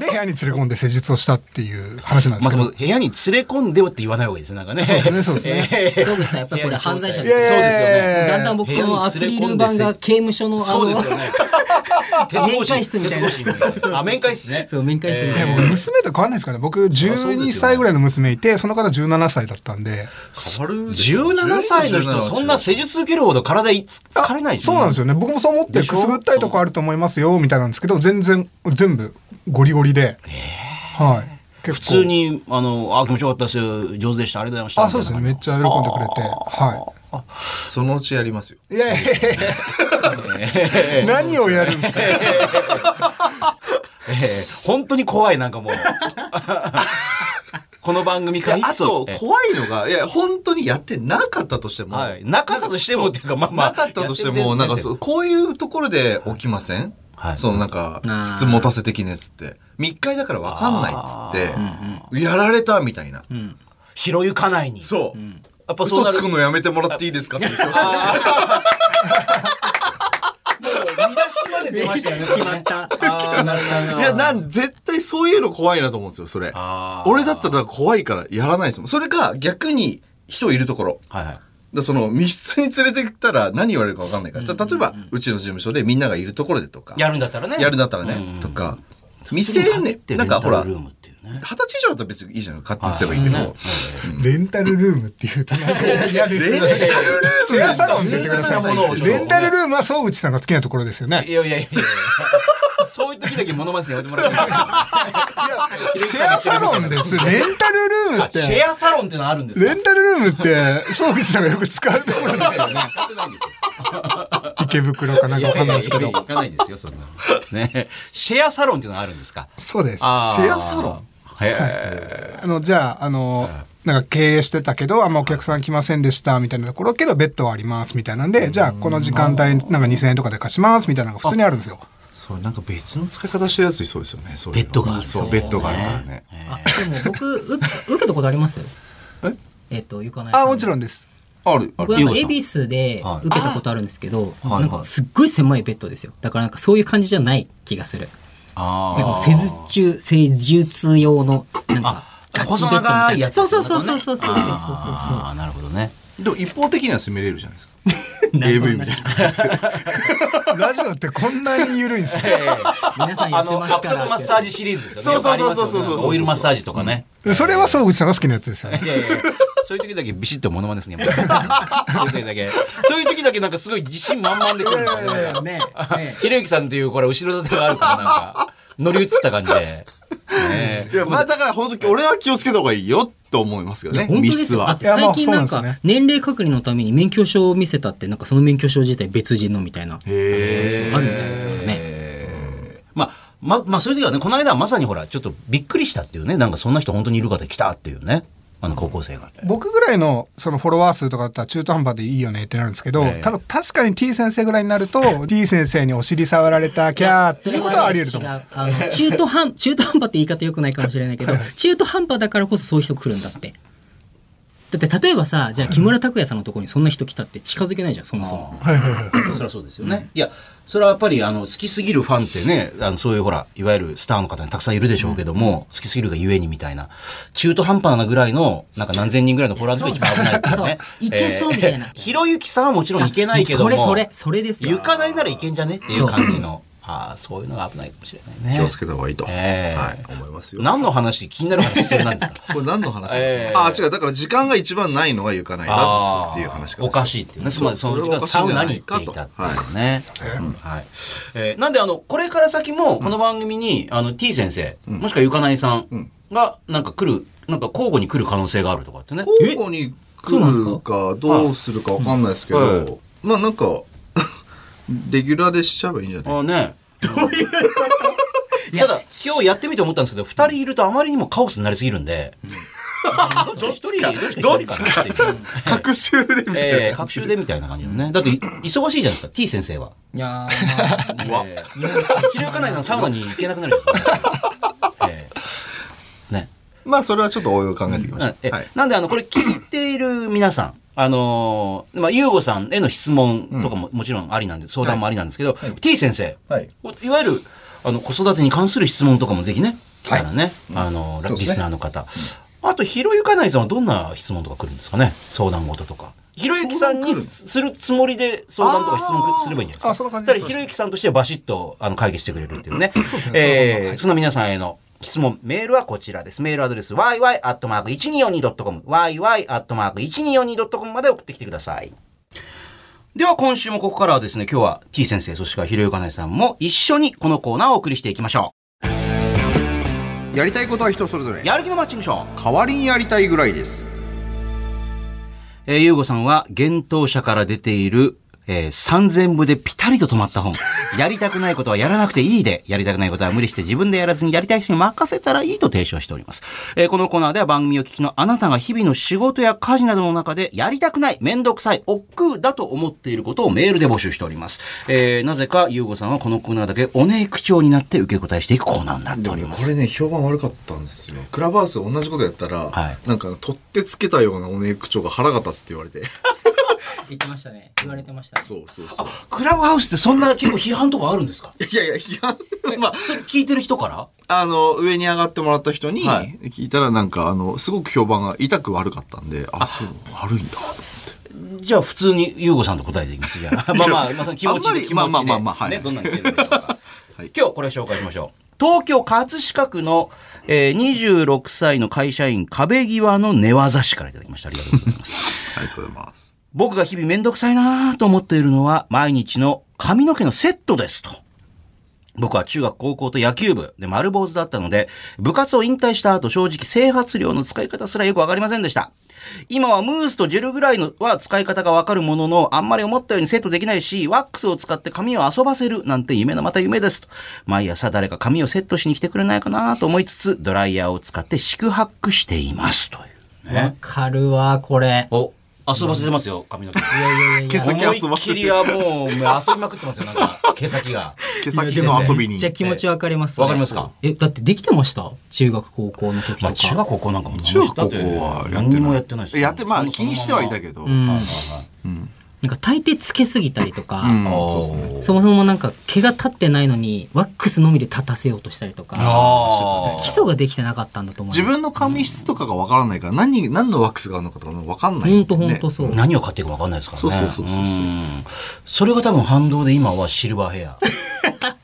D: で部屋に連れ込んで施術をしたっていう話なんで
A: ますあ、で
D: けど、
A: も部屋に連れ込んではって言わない方がいいですね。なんかね。そう
D: ですねそうですね
C: そうですねやっぱりこれ犯罪者
A: そう
C: で
A: です
C: す
A: よ
D: いやい
A: ね。
D: や
C: だんだん僕このアクリル板が刑務所のあ
A: そうですよ
C: の
A: ね。
C: 面会室みたいな
A: 鉄格子みたいなあ、面会室ね。
C: そう面会室みたいな
D: でも娘と変わんないですからね僕
A: そうですよね
D: 12歳ぐらいの娘いてその方17歳だったんで
A: 17歳の人、そんな施術受けるほど体いつ疲れないでしょ
D: そうなんですよね僕もそう思って
A: でしょ
D: くすぐったいとこあると思いますよみたいなんですけど全然全部ゴリゴリで、はい結
A: 普
D: 構
A: 通に、あの、あ、気持ちよかったですよ。上手でした。ありがとうございま
D: あ
A: した。
D: そうですね
A: みた
D: め
A: い
D: っ
A: な
D: ちゃ喜んでくれては
B: そのうちやりますよ
D: いいやいやいやいや何をやるんですか
A: ええ本当に怖い、なんかもう。 この番組から一
B: あ
A: 層
B: と。怖いのがいや本当にやってなかったとしても、
A: はいなかったとしてもっていうかまあまあ
B: なかったとして
A: やって
B: も
A: て
B: なんかそうこういうところで起きません、
A: はい
B: そのなんか
C: あー
B: つつ持たせ的なやつって密会だから分かんないっつって、やられたみたいな、
A: ひろゆかないに。
B: そう、
A: やっぱそう
B: 嘘
A: なる
B: つくのやめてもらっていいですかって言ってました
A: 見出しまで出ました よね。
C: 決まった
A: あーなるほど
B: いや、なん、絶対そういうの怖いなと思うんですよ、それ
A: あ。ー
B: 俺だったら怖いからやらないですもん。それか、逆に人いるところ。
A: はいはい。
B: だその密室に連れてったら何言われるか分かんないから。じゃあ例えば、うちの事務所でみんながいるところでとか。
A: やるんだったらね。
B: やるんだったら
A: うん
B: ね。とか。未成年、なんかほら、
A: レンタルルー
B: 二十
A: ムっていうね。
B: 歳以上だったら別にいいじゃん。勝手にすればいいんだけど。
D: レンタルルームっていうとね、嫌です
B: レンタルルーム
D: ヘアサロンって言ってください
A: 17歳
D: レンタルルームは総口さんが好きなところですよね
A: い。やいやいやいや。そういう時だけモノマネやめてもらっていいですか
D: シェアサロンです。レンタルルームっ
A: シェ
D: て。
A: アサロンってのあるんですか
D: レンタルルームって、総口さんがよく使うところですよね。
A: やってないんですよ
D: 池袋かなんかわかんないですけど。
A: 行かないですよ、そんな。ね。シェアサロンっていうのがあるんですか
D: そうです。シ
A: あー
D: ェアサロン
A: へ
D: あの、じゃあ、あの、なんか経営してたけど、あんまお客さん来ませんでした、みたいなところ、けどベッドはあります、みたいなんで、じゃあこの時間帯、なんか2000円とかで貸します、みたいなのが普通にあるんですよ。
B: それなんか別の使い方してるやついそうですよね。そういう
A: ベ
B: の
A: ッドがある
B: そう、ベッドがあるからね。
C: あでも僕う受けたことあります
B: え
C: えっとゆかない
D: あ、もちろ
C: ん
D: んです。
B: ある、あ
C: 僕
B: る。
C: なんか
A: ゆうごさん
C: 恵比寿で
A: はい
C: 受けたことあるんですけど、
A: はい
C: なんかすっごい狭いベッドですよだからなんかそういう感じじゃない気がする
A: あ
C: なんか施術中施術用のなんかガチベッドみたいな
A: 細長いやつ
C: そうそうそうそうそうそうそうそう
A: ああ、なるほどね。
B: でも一方的には攻めれるじゃないですか。AV みたいな。
D: ラジオってこんなに緩いんですね。
C: 皆さんや
A: あ
C: って
A: の、
C: ま
A: ア
C: す
A: プ
C: か
A: ロ
C: ら
A: マッサージシリーズですよね。
B: そうそうそうそうそ
A: よく
B: う
A: ありますよねオイルマッサージとかね。
D: それは総口さんが好きなやつですよね。
A: いやいやいやそういう時だけビシッとモノマネすんね。やっぱりそういう時だけ。そういう時だけなんかすごい自信満々で来るんですよね。
C: ねね
A: ひろゆきさんっていうこれ後ろ盾があるからなんか、乗り移った感じで。ねえ
B: いや、まあだから本当に俺は気をつけた方がいいよと思いますけどね、
C: 本当で
B: 密
C: す
B: 室
C: よ。だっ
B: は。
C: て最近なん
D: いやまあそうなんです
C: か
D: よね
C: 年齢確認のために免許証を見せたってなんかその免許証自体別人のみたいなそうそうあるみたいですからね。
A: ね。まあ、ま、まあ、そういう時はね、この間はまさにほら、ちょっとびっくりしたっていうね、なんかそんな人本当にいる方来たっていうね。あの高校生が。
D: 僕ぐらいのそのフォロワー数とかだったら中途半端でいいよねってなるんですけど、
A: ええ
D: ただ確かに T 先生ぐらいになると T 先生にお尻触られたキャーっていうことはあり得ると思う
C: い
D: んで
C: やそれはね違うあの中途半 中途半端って言い方よくないかもしれないけど中途半端だからこそそういう人来るんだってだって例えばさじゃあ木村拓哉さんのところにそんな人来たって近づけないじゃんそもそも
D: す。はいはいはい
A: そうそりゃそうですよね。いや、それはやっぱりあの好きすぎるファンってね、あのそういうほら、いわゆるスターの方にたくさんいるでしょうけども、好きすぎるがゆえにみたいな、中途半端なぐらいの、なんか何千人ぐらいのフォロワーの人が一番危ないですよね。
C: そういけそうみたいな
A: えーひろゆきさんはもちろんいけないけども、
C: それそれそれですよ
A: 行かないならいけんじゃねっていう感じの、ああ、そういうのが危ないかもしれないね。
B: 気をつけた方がいいと、
A: ええ
B: はい、思いますよ。
A: 何の話、気になる話必要なんですか
B: これ何の話、
A: ええ
B: あ、違う。だから時間が一番ないのが行かないなっていう話から
A: おかしいっていうね。つまりその時
B: れ
A: 間
B: はおかし
A: サ
B: いん
A: ウ
B: じゃ
A: ナ
B: な
A: に
B: い
A: 行っ
B: か
A: てい
B: と
A: たって
B: はい
A: いうね。うんはい。えーなんであの、これから先もこの番組に、あの T 先生、もしくはゆかないさんがなんか来る、なんか交互に来る可能性があるとかってね。
B: 交互に来るかどうするかわかんないですけど、
A: はいはい
B: まあなんか レギュラーでしちゃえばいいんじゃない
A: ああね。どういうこと ただ、今日やってみて思ったんですけど、二人いるとあまりにもカオスになりすぎるんで。 どっちか、どっちかなっていう。
B: 隔週でみたいな、
A: ええ、学習でみたいな感じのね。だって、い忙しいじゃないですか、T 先生は。
C: いや
A: ええひろゆかないさんサウナに行けなくなるじゃないですか。ええね。
B: まあそれはちょっと応用考えていきましょ
A: な
B: う、
A: え
B: はい、
A: なんであのこれ聞いている皆さん、あのーまあ優吾さんへの質問とかも、もちろんありなんで相談もありなんですけど、T 先生、
B: はい
A: いわゆるあの子育てに関する質問とかもぜひね、
B: は
A: 来
B: い
A: たらね、あのー
B: そうですね
A: リスナーの方、あとひろゆかないさんはどんな質問とか来るんですかね、相談事とか。ひろゆきさんにするつもりで相談とか質問すればいいんじゃないですか。
D: あーあそんな感じ
A: だ
D: です
A: からひろゆきさんとしてはバシッとあの会議してくれるっていうね。えーそんな皆さんへの質問、メールはこちらです。メールアドレス yy.1242.com、yy.1242.com まで送ってきてください。では今週もここからはですね、今日は T 先生、そしてひろゆかねさんも一緒にこのコーナーをお送りしていきましょ
B: やりたいことは人それぞれ
A: う。やる気のマッチングショー。
B: 代わりにやりたいぐらいです
A: えー、ゆうごさんは、幻冬舎から出ている、えー、3000部でピタリと止まった 本。やりたくないことはやらなくていいで、やりたくないことは無理して自分でやらずにやりたい人に任せたらいいと提唱しております。えーこのコーナーでは番組を聞きのあなたが日々の仕事や家事などの中で、やりたくない、めんどくさい、億劫だと思っていることをメールで募集しております。えーなぜかゆうごさんはこのコーナーだけおねえ口調になって受け答えしていくコーナーになって
B: で
A: お
B: も
A: り
B: ね
A: ま
B: こ
A: す。
B: れね評判悪かったんですよクラブハウスで同じことやったら、
A: はい
B: なんか取ってつけたようなおね口調が腹が立つって言われ て
C: 言ってましたね言われてました
B: そうそうそう
A: クラブハウスってそんな結構批判とかあるんですか
B: いやいやいや
A: まあ、それ聞いてる人から
B: あの上に上がってもらった人に
A: はい
B: 聞いたらなんかあのすごく評判が痛く悪かったんであそう悪いんだ
A: じゃあ普通に優吾さんと答えていきます。じゃ あまあまあ、まあ、その気持ち
B: あんま
A: で
B: り
A: 気持ちで、ね、
B: まあまあまあまあはい
A: どんなに来てるんでしょうか。今日これ紹介しましょう。東京葛飾区の、えー、26歳の会社員壁際の寝技師からいただきました。ありがとうございます。
B: ありがとうございます
A: 僕が日々めんどくさいなぁと思っているのは毎日の髪の毛のセットですと。僕は中学高校と野球部で丸坊主だったので、部活を引退した後正直整髪料の使い方すらよくわかりませんでした。今はムースとジェルぐらいのは使い方がわかるものの、あんまり思ったようにセットできないし、ワックスを使って髪を遊ばせるなんて夢のまた夢ですと。毎朝誰か髪をセットしに来てくれないかなと思いつつ、ドライヤーを使って四苦八苦していますという
C: わ
A: ね。
C: かるわこれ
A: お、遊ばせてますよ、髪の毛。
C: いやいやいやい
B: 毛
C: や
B: 先集ま
A: 思い
B: っ
A: っき
B: て
A: りはもう遊びまくってますよなんか毛先が
B: 毛先の遊び
C: め
B: に
C: っちゃ気持ちわかります
A: わかりますか
C: えだってできてました中学高校の時と
A: まあ
C: か
A: 中学高校なんかも
B: 中学高校はやってない
A: 何にもやってないですよ
B: やってまあ気にしてはいたけど、
C: うん
A: は
C: ないん
A: はい
C: か大抵つけすぎたりとか、
B: うん
A: はい
B: そうですね
C: そもそもなんか毛が立ってないのにワックスのみで立たせようとしたりとか
A: あー
C: 基礎ができてなかったんだと思います
B: 自分の髪質とかがわからないから何何のワックスがあるのかとかわかんない、
C: ほんとほんとそう、
A: 何を買っていくか分かんないですからね
B: そうそうそうそうそうん
A: それが多分反動で今はシルバーヘ ア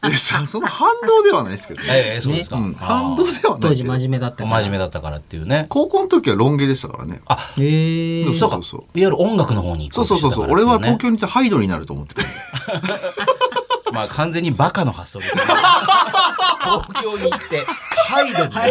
B: いやそ その反動ではないですけど、
A: ええそうですか
B: うん、
A: あー
B: 反動ではない
C: 当時
B: けど
C: 真面目だった
A: 真
C: から
A: 面目だったからっていうね
B: 高校の時はロン毛でしたからね
A: あ
C: えー
A: そうか
B: そうそうそう
A: いわゆる音楽の方に
B: そ
A: 行こ
B: うそう
A: う
B: そ
A: としてた
B: うそ
A: か
B: う
A: ら
B: 俺は
A: っていうね
B: 東京に行ってハイドになると思っ てた
A: まあ完全にバカの発想ですね東京に行ってハイドにな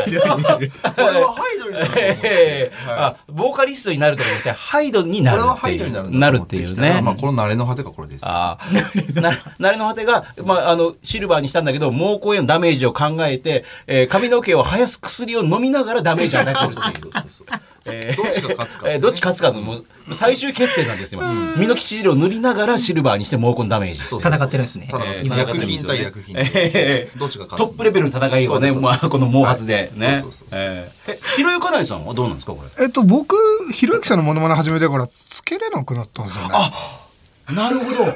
A: る
B: 俺はハイドになると思って
A: ええあボーカリストになるとかじゃなくてハイドにな
B: 俺
A: る
B: は
A: って
B: ハイドになる
A: い
B: ん
A: う
B: だ
A: な
B: と
A: る
B: 思
A: っ
B: って
A: ていう
B: きたら
A: ね。
B: まあこの慣れの果てかこれですよ
A: ああななれの果てが、まあ、あのシルバーにしたんだけど毛孔へのダメージを考えて、えー髪の毛を生やす薬を飲みながらダメージを与えてるっていうえー
B: どっちが勝つか
A: えーどっち勝つかのもう最終決戦なんですよ今身の吉汁を塗りながらシルバーにして猛攻ダメージ
B: そうそう
C: 戦ってるんですね
B: ただ
A: えー
C: 今
B: 薬品対薬品
A: えー
B: どっちが勝つ
A: トップレベルの戦いをね、
B: そうです
A: まあ、この毛髪で
B: はい
A: ね
B: そうそうそう。そう
A: えーえ、ひろゆかなりさんはどうなんですか、これ。
D: えっと、僕、ひろゆきさんのモノマネ始めてから、つけれなくなったんですよね。
A: なるほど。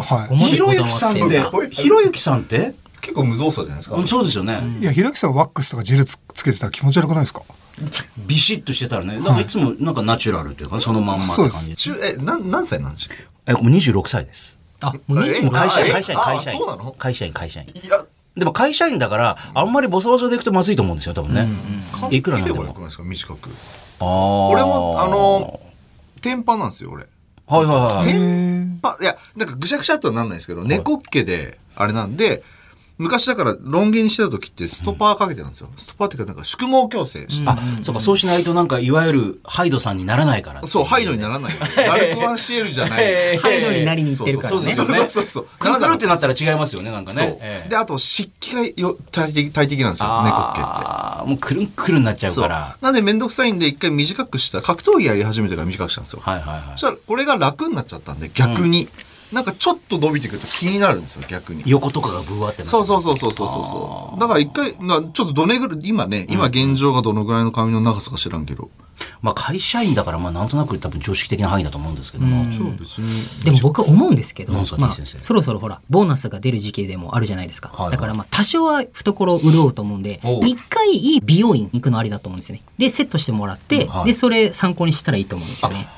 D: は
A: ひろゆきさんって、ひろゆきさんって
B: 結構無造作じゃないですか
A: うんそうですよね。
D: い。いや、ひろゆきさんワックスとかジェルつつけてたら気持ち悪くないですか
A: ビシッとしてたらね、なんかいつもなんかナチュラルというか、そのまんまって感
D: そう
A: じ。
B: 中えなん何歳なんでしたっけ
A: え、もう26歳です。
C: あ、もう
B: え
C: 26
B: あ
A: 会社員、
B: え
A: 会社員、
B: あ
A: 会社員
B: そうなの。
A: 会社員、会社員。
B: いや
A: でも会社員だから、あんまりボソボソでいくとまずいと思うんですよ、多分ね。いくらなんで
B: 切ればよく
A: も
B: な。いですか短く
A: ああ。
B: 俺もあの天パなんですよ俺
A: はいはいはい。
B: 天パいやなんかぐしゃぐしゃっとはなんないですけど猫っ毛であれなんで昔だからロン毛にしてた時ってストッパーかけてたんですよ、ストッパーっていうかなんか宿毛矯正してた
A: あ
B: んですよ、、
A: そうか、そうしないとなんか、いわゆるハイドさんにならないから。
B: そうハイドになら ないラルコアンシエルじゃない
A: えー
C: ハイドになりに行ってるからね
A: そうですよね。
B: そうそうそうそう
A: くるくるってなったら違いますよね、なんか
B: そう
A: ね。、ええ
B: であと湿気がよ大敵大敵なんですよ猫っ毛って
A: あーもうくるんくるんなっちゃう
B: そ
A: か
B: う
A: ら。
B: なんで面倒くさいんで一回短くした格闘技やり始めてから短くしたんですよ、
A: はいはいは
B: そしたらこれが楽になっちゃったんで逆に、なんかちょっと伸びてくると気になるんですよ逆
A: い。
B: に
A: 横とかがブワーってな
B: そうそう
A: そ
B: そうそうそうそうそうだから一回なちょっとどれぐらい今ね今現状がどのぐらいの髪の長さか知らんけど、
A: う。まあ会社員だから、まあなんとなく多分常識的な範囲だと思うんですけども。
B: 超別に
C: でも僕思うんですけど、
A: なんすか
C: まあ
A: てぃ先生
C: そろそろほらボーナスが出る時期でもあるじゃないですか、
A: はいはい
C: だからまあ多少は懐を潤うと思うんで
A: おう
C: 一回いい美容院行くのありだと思うんですよねでセットしてもらって、
A: うんはい
C: でそれ参考にしたらいいと思うんですよね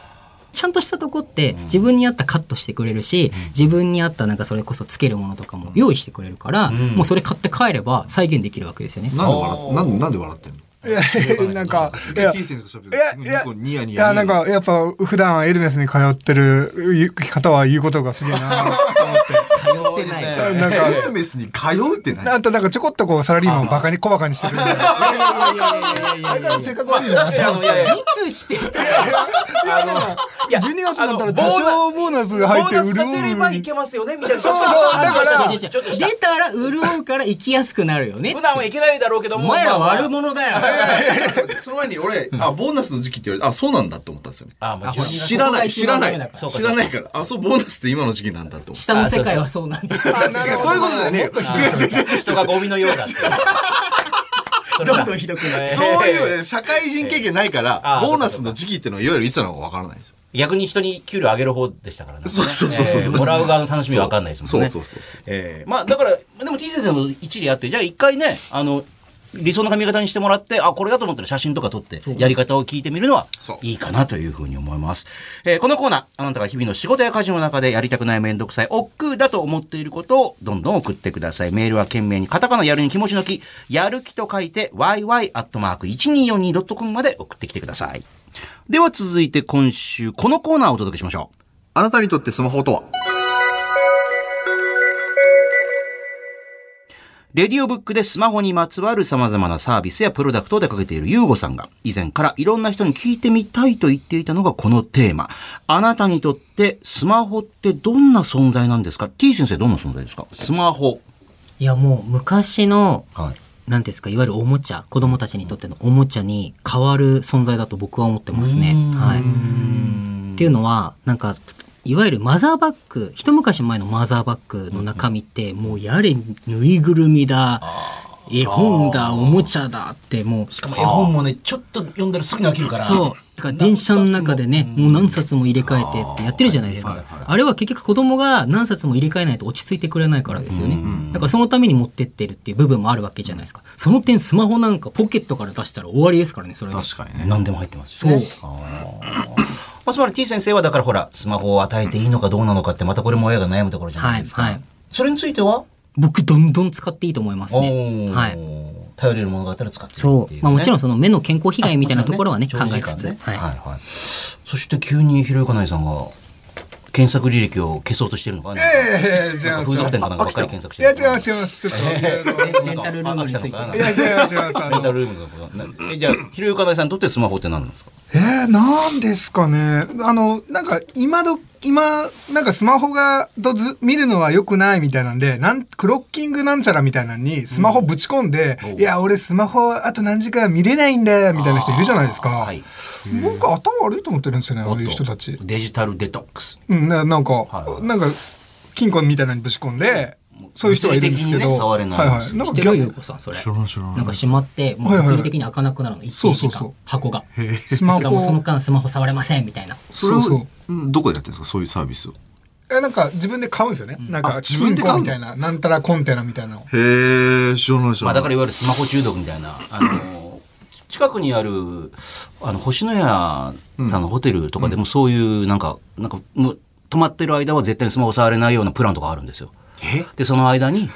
C: ちゃんとしたとこって自分に合ったカットしてくれるし、自分に合ったなんかそれこそつけるものとかも用意してくれるから、
A: ん
C: もうそれ買って帰れば再現できるわけですよね、
B: なんで笑っなんでなんで笑ってんの
D: いやいや、なんか、
B: す
D: い
B: げえ
D: や
B: T 先生がしゃべ
D: いや
B: る
D: いや
B: ニコニヤニ
D: い
B: ヤ
D: やなんかやっぱ普段エルメスに通ってるゆ方は言うことがすげえなと思っ
C: 通ってない
A: そうですね
D: てなん
B: エル
D: か
B: メスに通うってない
D: あとなんかちょこっとこうサラリーマンをバカに小バカにしてくる だから性格悪いな
A: 確かにあの、いやいや。
C: いつして
A: や
D: 12月になったら
A: ボー
D: 多
A: ナ
D: 少ボーナスが入って
A: ボーナスが出ればい
D: 潤
A: けますよね、みたいな。
D: そうそうだから
C: 違う違う違う出たら潤うから生きやすくなるよね
A: 普段はいけないだろうけど
C: お
A: も。
C: 前ら
A: まあ
C: 悪。者だよ
B: その前に俺あボーナスの時期って言われてあそうなんだと思ったんですよね
A: あ、もう
C: あほら
A: 12
B: 知らない知らな
C: そう
B: い
C: か
A: そうか
B: 知らないからあそうボーナスって今の時期なんだと思って
C: 下の世界はそうなんだ。
B: 違うそういうことじゃねえよ違う違う違う
A: 人がゴミのようだって。どんどんひどくなる
B: そういうね、社会人経験ないから
A: あ、ー
B: ボーナスの時期っていうのをいわゆるいつなのかわからないんですよ。
A: 逆に人に給料上げる方でしたからね。
B: そうそうそうそう
A: えーもらう側の楽しみは分かんないですもんね。
B: そうそうそうそう
A: えーまあだから、でも T 先生も一理あって、じゃあ一回ね、あの、理想の髪型にしてもらって、あ、これだと思ったら写真とか撮って、やり方を聞いてみるのは
B: そう
A: いいかなというふうに思います。えーこのコーナー、あなたが日々の仕事や家事の中でやりたくないめんどくさい、億劫だと思っていることをどんどん送ってください。メールは懸命にカタカナやるに気持ちの気、やる気と書いて、yy.1242.com まで送ってきてください。では続いて今週、このコーナーをお届けしましょう。
B: あなたにとってスマホとは
A: レディオブックでスマホにまつわる様々なサービスやプロダクトを出かけているユーゴさんが、以前からいろんな人に聞いてみたいと言っていたのがこのテーマ。あなたにとってスマホってどんな存在なんですか ?T 先生どんな存在ですかスマホ。
C: いやもう昔の
A: はい。
C: なんですかいわゆるおもちゃ子供たちにとってのおもちゃに変わる存在だと僕は思ってますね。はい、っていうのはなんかいわゆるマザーバッグ一昔前のマザーバッグの中身ってもうやれぬいぐるみだ絵本だおもちゃだってもう
A: しかも絵本もね、ちょっと読んだらすぐに飽きるから。
C: そう。だから電車の中でね、もう何冊も入れ替えてってやってるじゃないですか。あれは結局子供が何冊も入れ替えないと落ち着いてくれないからですよね。だからそのために持ってってるっていう部分もあるわけじゃないですか。その点スマホなんかポケットから出したら終わりですからね、それね
B: 確かにね。
A: 何でも入ってますしね。そう。まあ、つまり T 先生はだからほら、スマホを与えていいのかどうなのかって、またこれも親が悩むところじゃないですか。
C: はいはい
A: それについては、
C: 僕どんどん使っていいと思いますね。
A: おー
C: はい。
A: 頼れるものがあったら使ってみるっ
C: そ
A: ていうね。。
C: まあもちろんその目の健康被害みたいなところはね、
A: あ
C: 考えつつ。
A: もちろんね長時間ね
C: は
A: はい
C: い。
A: はいそして急にひろゆかないさんが検索履歴を消そうとしてるのかな
D: ええ違う
A: なんか風俗店かなんかばっかり検索し
D: い
A: て
D: や
A: る
D: 違う違う違うちょっと
C: レンタルルームについて
A: あ飽きたのかない
D: や違う違う違うあ
A: レンタ
D: の
A: ルルームのことなえじゃあひろゆかないさんにとってスマホって何なんですか
D: えー、なんですかね。あの、なんか今ど、今、なんかスマホがどず見るのは良くないみたいなんで、なんクロッキングなんちゃらみたいなのにスマホぶち込んで、
A: うん
D: いや、俺スマホあと何時間見れないんだよ、みたいな人いるじゃないですか。
A: あーはい
D: 僕頭悪いと思ってるんですよね、あ
A: おっ
D: あ
A: と
D: いう人たち。
A: デジタルデトックス。
D: うん、ななんか、
A: はい
D: なんか、金庫みたいなのにぶち込んで、そういう人がいるんですけ
A: 物理的に
D: ど。
A: ね触れない
D: はいはい。なん
C: 知
D: か
C: ってる
D: 逆
C: ゆうこさんそれ
B: 知らない知らない
C: なんか閉まってもう物理的に開かなくなるの一
D: そう
C: 定時
D: そうそう
C: 間箱が
D: スマ
C: だからもうその
D: ホ。
C: 間スマホ触れませんみたいな
B: それを
D: そうそ
B: うんどこでやってるんですかそういうサービスを
D: え、なんか自分で買うんですよね。なん
B: あ
D: か、
B: 自分で買うの
D: 金庫みたいな、なんたらコンテナみたいなのを。
B: へえ知らない知
A: ま
B: ら
A: あ、だ
B: ない、
A: からいわゆるスマホ中毒みたいな。あの近くにあるあの星のやさんのホテルとかでもそういうなんか、なんかもう泊まってる間は絶対にスマホ触れないようなプランとかあるんですよ。でその間 に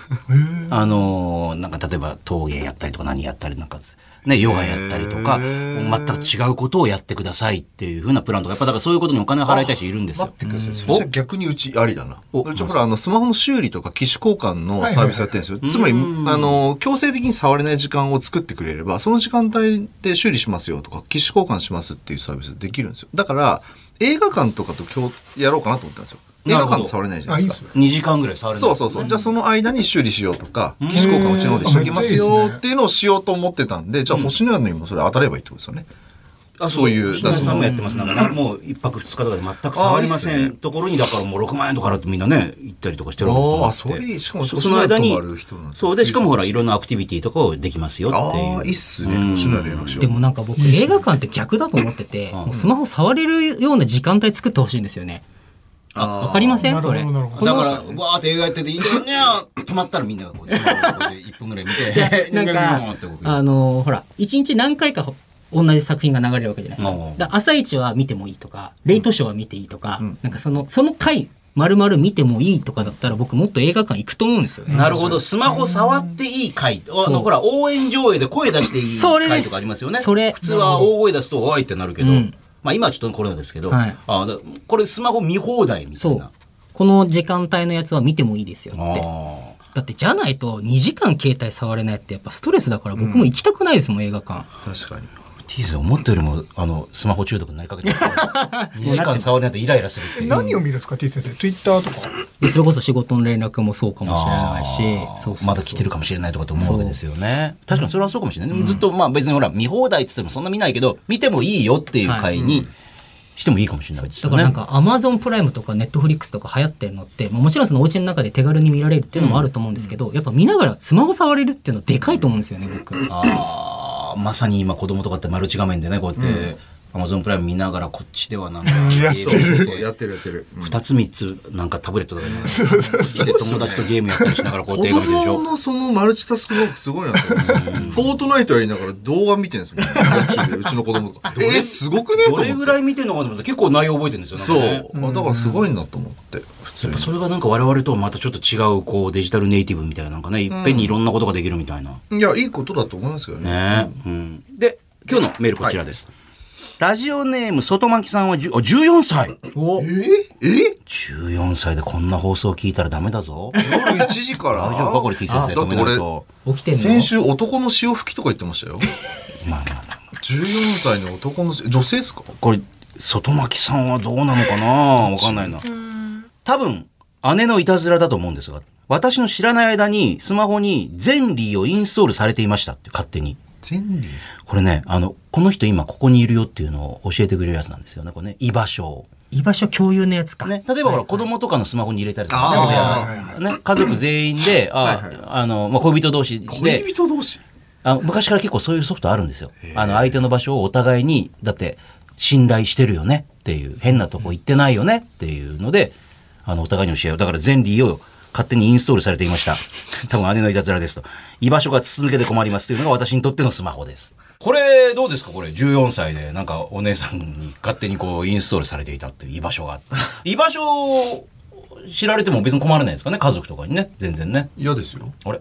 A: あのなんか例えば陶芸やったりとか何やったりなんか、ね、ヨガやったりとか
B: へ
A: 全
B: ー
A: く違うことをやってくださいっていうふうなプランとかやっぱだからそういうことにお金を払いたい人いるんですよ。
B: くださいそれじゃ逆にうちありだな
A: お
B: うちほらあのスマホの修理とか機種交換の
D: はいはいはい
B: サービスやってるんですよ、つまりあの強制的に触れない時間を作ってくれればその時間帯で修理しますよとか機種交換しますっていうサービスできるんですよだから映画館とかと今日やろうかなと思ったんですよ映
A: なる
B: 画
A: ほど
B: 館って触れないじゃないですか
D: あいいっ
A: 2
D: すね
A: 時間ぐらい触れない
B: そうそうそう。じゃあその間に修理しようとか、機種交換うちの方でしておきますよっていうのをしようと思ってたんで、じゃあ星のやのにもそれ当たればいいってことですよね。あ、そういう。だ
A: 皆
B: からそ
A: さん
B: の
A: もやってます。なんかもう一泊二日とかで全く触りませ
B: ああいいっ
A: ん
B: す
A: ところにだからもう六万円とか払ってみんなね行ったりとかしてるわけ
B: ああ、
A: です
B: そ
A: よだって
B: れ、しかも
A: そその間に
B: 星野やとかある人なんだ
A: そうでしかもほらいろんなアクティビティとかをできますよっていう
B: ああ、いいっす
A: う
B: ね。
A: ん
B: 星のやのやりましょう
C: でもなんか僕映画館って逆だと思っててもうスマホ触れるような時間帯作ってほしいんですよね
B: あー
C: わかりません
D: なる
C: そ
D: ほ
C: れ
D: ど、なるほど。
A: だからわーって映画やってていいね止まったらみんながこうスマホをこうやって一分ぐらい見て
C: なん
A: うんっ
C: か
A: てこ、と
C: あのほら、一日何回かほ同じ作品が流れるわけじゃないですか。
A: う
C: だ
A: んうん
C: から朝一は見てもいいとか、レイトショーは見ていいとか、
B: ん
C: なんかその、その回、丸々見てもいいとかだったら僕もっと映画館行くと思うんですよね。
A: なるほどスマホ触っていい回あの
C: そう
A: ほら応援上映で声出していい
C: それ
A: 回
C: で
A: と
C: す
A: かありますよね
C: それ
A: 普通は大声出すとおいってなるけど、
C: うん
A: まあ今はちょっとコロナですけど、
C: はい
A: あだこれスマホ見放題みた
C: そ
A: いうな。
C: この時間帯のやつは見てもいいですよって。
A: ああ
C: だってじゃないと2時間携帯触れないってやっぱストレスだから僕も行きたくないですもん、映画館。
B: 確かに。
A: ティーズ思ったよりもあのスマホ中毒になりかけてる2時間触れないとイライラするってい
D: え
A: う
D: 何を見るんですか、T 先生。Twitter とか。
C: でそれこそ仕事の連絡もそうかもしれないし
A: あー、
C: そうそうそう
A: まだ来てるかもしれないとかと思うわけですよね確かにそれはそうかもしれない、ずっとまあ別にほら見放題っつってもそんな見ないけど見てもいいよっていう回にしてもいいかもしれないです
C: だ
A: よ
C: か
A: ね、
C: らなんかアマゾンプライムとかネットフリックスとか流行ってるのって、まあ、もちろんそのお家の中で手軽に見られるっていうのもあると思うんですけど、やっぱ見ながらスマホ触れるっていうのはでかいと思うんですよね僕。
A: あーまさに今子供とかってマルチ画面でねこうやって、アマゾンプライム見ながらこっちではなんか
D: やってる
A: そうそう
B: そうやってるやってる。うん
A: 2つ3つなんかタブレットとかで友達とゲームやったりしながらこうやっ
B: 子
A: て映画見てるでしょ
B: 供のそのマルチタスク能力すごいなって思うんですよ。フォートナイトやりながら動画見てるんですもん。YouTube でうちの子供とか。えー、すごくねと
A: ど
B: 思
A: れ
B: っ
A: ぐ
B: て。
A: らい見てるのかと思って結構内容覚えてるんですよなんか
B: そう
A: ね、
B: あだからすごいなと思って、普通
A: やっ
B: に
A: ぱ。それがなんか我々とはまたちょっと違うこうデジタルネイティブみたいななんかねいっぺんにいろんなことができるみたいな、
B: いや、いいことだと思いますけどね。
A: ね、うん、で今日のメールこちらです、ラジオネーム外巻さんは10お14歳
C: お
B: ええ
A: 14歳でこんな放送聞いたらダメだぞ
B: 夜1時から
A: 大丈夫かこれてぃ先生
B: だ
A: 止
B: って
A: めない
B: 俺
A: と
C: 起きてんの
B: 先週男の潮吹きとか言ってましたよ
A: まあまあまあ
B: 14歳の男の女性ですか
A: これ外巻さんはどうなのかなわかんないな多分姉のいたずらだと思うんですが私の知らない間にスマホにゼンリーをインストールされていましたって勝手に
B: 全理
A: これね、あの、この人今ここにいるよっていうのを教えてくれるやつなんですよね。これね、居場所を。
C: 居場所共有のやつか。
A: ね、例えばほら、子供とかのスマホに入れたりと
B: あー
A: かね、ね、家族全員で、ああの、まあ、恋人同士で、
B: 恋人同士
A: あの昔から結構そういうソフトあるんですよ。あの、相手の場所をお互いに、だって、信頼してるよねっていう、変なとこ行ってないよねっていうので、あの、お互いに教えよう。だから、ゼンリーを勝手にインストールされていました。 多分、姉のいたずらですと。居場所が続けて困りますというのが私にとってのスマホです。これ、どうですかこれ、14歳で、なんか、お姉さんに勝手にこう、インストールされていたっていう居場所 があって。居場所を知られても別に困らないですかね家族とかにね。全然ね。
B: 嫌ですよ
A: あれ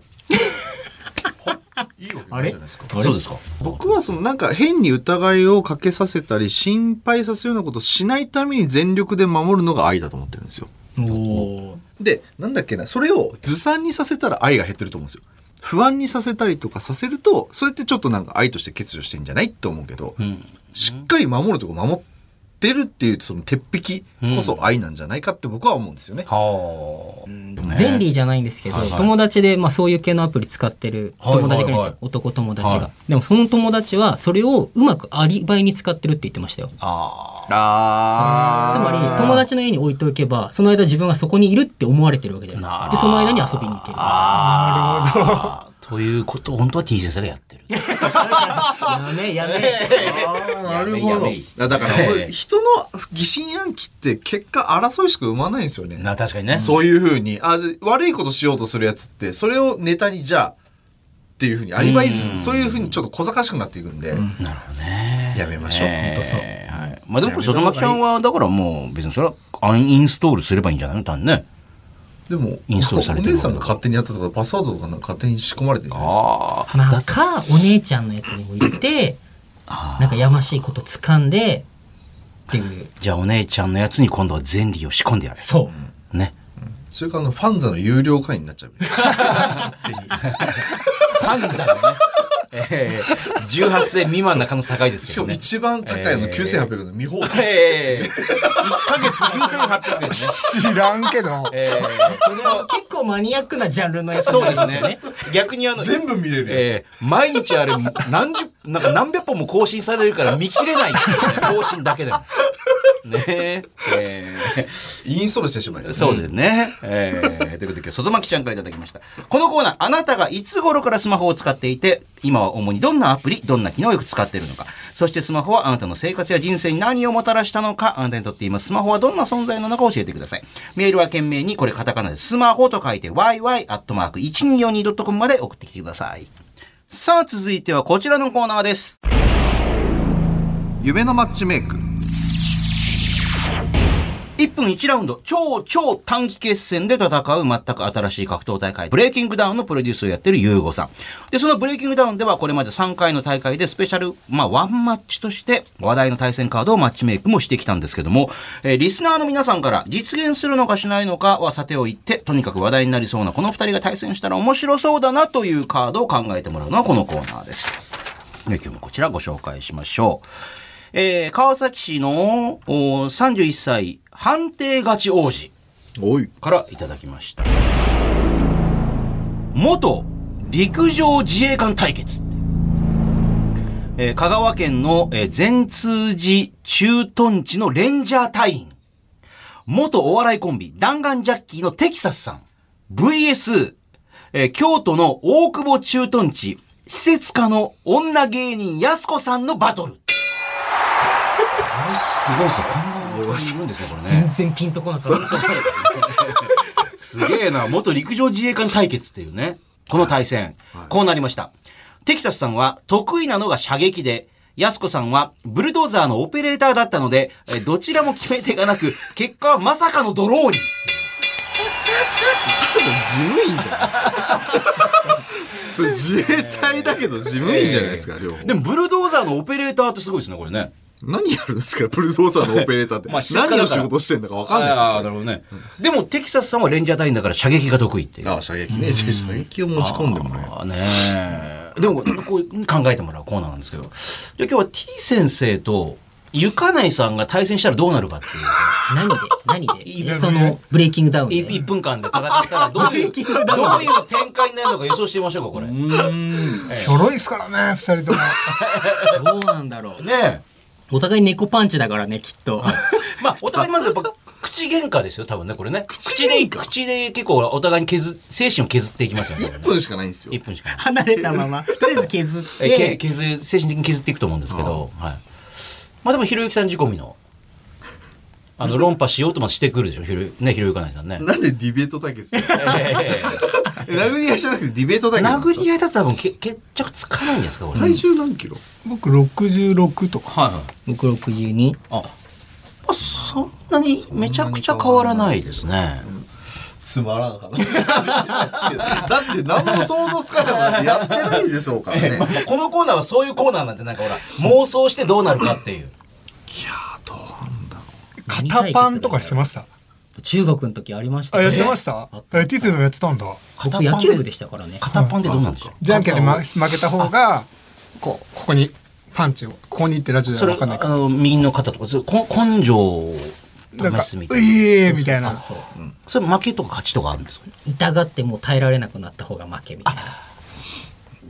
B: いいわけないじゃないですか
A: そうですか
B: 僕はそのなんか変に疑いをかけさせたり心配させるようなことをしないために全力で守るのが愛だと思ってるんですよ
C: おー
B: でなんだっけなそれをずさんにさせたら愛が減ってると思うんですよ不安にさせたりとかさせるとそれってちょっとなんか愛として欠如してんじゃないと思うけど、
A: ん
B: しっかり守るとこ守ってるっていうその鉄壁こそ愛なんじゃないかって僕は思うんですよね。
A: はあ、
C: ゼンリーじゃないんですけど、
A: はいはい
C: 友達で、まあ、そういう系のアプリ使ってる友達がいるんですよ、
A: はいはいはい
C: 男友達が、
A: は
C: でもその友達はそれをうまくアリバイに使ってるって言ってましたよ
A: あ
B: あ
C: つまり友達の家に置いておけばその間自分がそこにいるって思われてるわけじゃないです
A: な
C: か
A: る
C: でその間に遊びに行ける
A: あなるほど。ということを本当は T 先生がやってる。
C: やめやめ
B: あなる
A: や
B: ほ
A: べ
B: ど
A: えやべえ
B: だから
A: ええ
B: 人の疑心暗鬼って結果争いしか生まないんですよ ね
A: な確かにね。
B: そういうふうにあで悪いことしようとするやつってそれをネタにじゃあっていうふうにアリバイ
A: うん
B: そういうふうにちょっと小賢しくなっていくんで
A: なるほどね。
B: やめましょう
A: えー
C: 本当そう
A: はい。まあでもこれ外巻さんはだからもう別にそれはアンインストールすればいいんじゃないの単にね。
B: でも
A: インストールされ
B: お
A: てる
B: 姉さんが勝手にやったとかパスワードとかなんか勝手に仕込まれてるじゃないですか
A: ああ。
C: まあかお姉ちゃんのやつにも行ってなんかやましいこと掴んでっていう
A: じゃあお姉ちゃんのやつに今度は前理を仕込んでやる。
C: そう
A: う。ね。
B: それからあのファンザの有料会員になっちゃう
A: ファンザのね。 えー、18歳未満な可能性高いです
B: し
A: け
B: か
A: ど
B: も
A: ね。
B: 一番高いの
A: えー
B: 9800の未報道
A: ええー。1ヶ月9800円ですね。
D: 知らんけど。
A: ええそれは
C: 結構マニアックなジャンルのや つ
A: そうです
C: なん
A: ね。逆にあの、
B: 全部見れるやつ
A: ええ毎日あれ、何十、なんか何百本も更新されるから見切れないっていうね、更新だけでも。ねえ。え
B: インストールしてしまい
A: え
B: ま
A: そうですね。ええということで今日、外巻ちゃんからいただきました。このコーナー、あなたがいつ頃からスマホを使っていて、今は主にどんなアプリ、どんな機能をよく使っているのか。そしてスマホはあなたの生活や人生に何をもたらしたのか、あなたにとって今スマホはどんな存在なのか教えてください。メールは懸命に、これカタカナでスマホと書いて、yy.1242.com まで送ってきてください。さあ、続いてはこちらのコーナーです。
B: 夢のマッチメイク
A: 1分1ラウンド、超超短期決戦で戦う全く新しい格闘大会、ブレイキングダウンのプロデュースをやってるユーゴさん。で、そのブレイキングダウンではこれまで3回の大会でスペシャル、まあワンマッチとして話題の対戦カードをマッチメイクもしてきたんですけども、えーリスナーの皆さんから実現するのかしないのかはさておいて、とにかく話題になりそうなこの2人が対戦したら面白そうだなというカードを考えてもらうのはこのコーナーです。で今日もこちらご紹介しましょう。えー川崎市のお31歳判定勝ち王子
B: おい
A: からいただきました。元陸上自衛官対決。えー香川県の、えー善通寺駐屯地のレンジャー隊員。元お笑いコンビ、弾丸ジャッキーのテキサスさん。VS、えー京都の大久保駐屯地、施設家の女芸人やす子さんのバト ル。すごいですね。こんな人いるんですね、これね。
C: 全然ピンとこなかった
A: すげえな。元陸上自衛官対決っていうね。この対戦。こうなりました。テキサスさんは得意なのが射撃で、やす子さんはブルドーザーのオペレーターだったので、えどちらも決め手がなく、 結果はまさかのドローに。
B: 事務員じゃないですかそれ自衛隊だけど事務員じゃないですか、両方
A: でもブルドーザーのオペレーターってすごいですね、これね。
B: 何やるんですかブルドーザーのオペレーターって、
A: まあ静かだから
B: 何の仕事してんだか分かんないですよ
A: ああ、
B: そ
A: な
B: れ
A: るほどね。でもテキサスさんはレンジャー隊員だから射撃が得意っていう。
B: ああ射撃ねじゃあ射撃を持ち込んでもらえる
A: あーねえでもこう考えてもらうコーナーなんですけどじゃあ今日は T 先生とゆかないさんが対戦したらどうなるかっていう
C: 何で何で
A: いい
C: え
A: ね
C: そのブレイキングダウンで
A: 1分間で戦ったらどういうどういう展開になるのか予想してみましょうかこれね
D: ひょろいですからね、二人とも。
C: どうなんだろう
A: え
C: お互い猫パンチだからねきっ と
A: まあお互いまずやっぱ口喧嘩ですよ多分ねこれね口で口で結構お互いに削精神を削っていきますよね
B: 1分しかないんですよ
A: 1分しかない
C: 離れたまま とりあえず削っ
A: えけ
C: て
A: 削精神的に削っていくと思うんですけどはいまあでもひろゆきさん仕込みのあの論破しようとまずしてくるでしょひろゆねひろゆかないさんね
B: なんでディベート対決する
A: え
B: え殴り合いじゃなくてディベート
A: え
B: 対決なんです
A: 殴
B: か
A: り合いだと多分け決着つかないんじゃないですかこれ。
B: 体重何キロ
D: 僕66とか。
A: はいはい。
C: 僕62
A: あ、まあ、そんなにめちゃくちゃ変わらないですね。
B: つまらん話してますけどだって何も想像つかないなんてやってないでしょうからねいや
A: まあまあこのコーナーはそういうコーナーなんてなんかほら妄想してどうなるかっていう。
B: ーどうなんだろ
D: 肩パンとかしてました。
C: 中学の時ありました
D: あ、
C: ね
D: やってました
C: あっ
D: え、ティーセンさんやってたんだ。
C: 僕野球部でしたからね
A: 片っ端でどうなんですか
D: じゃんけんでま負けた方が、こう、ここに、パンチを、ここにってラジオで
A: それ
D: はわかんない
A: あ
D: か
A: の右の肩とかそれこ根性を
D: ら。なん
A: 試
D: か
A: すみ、たいな
D: ええみたいな。
A: それ負けとか勝ちとかあるんですか
C: 痛がってもう耐えられなくなった方が負けみたいな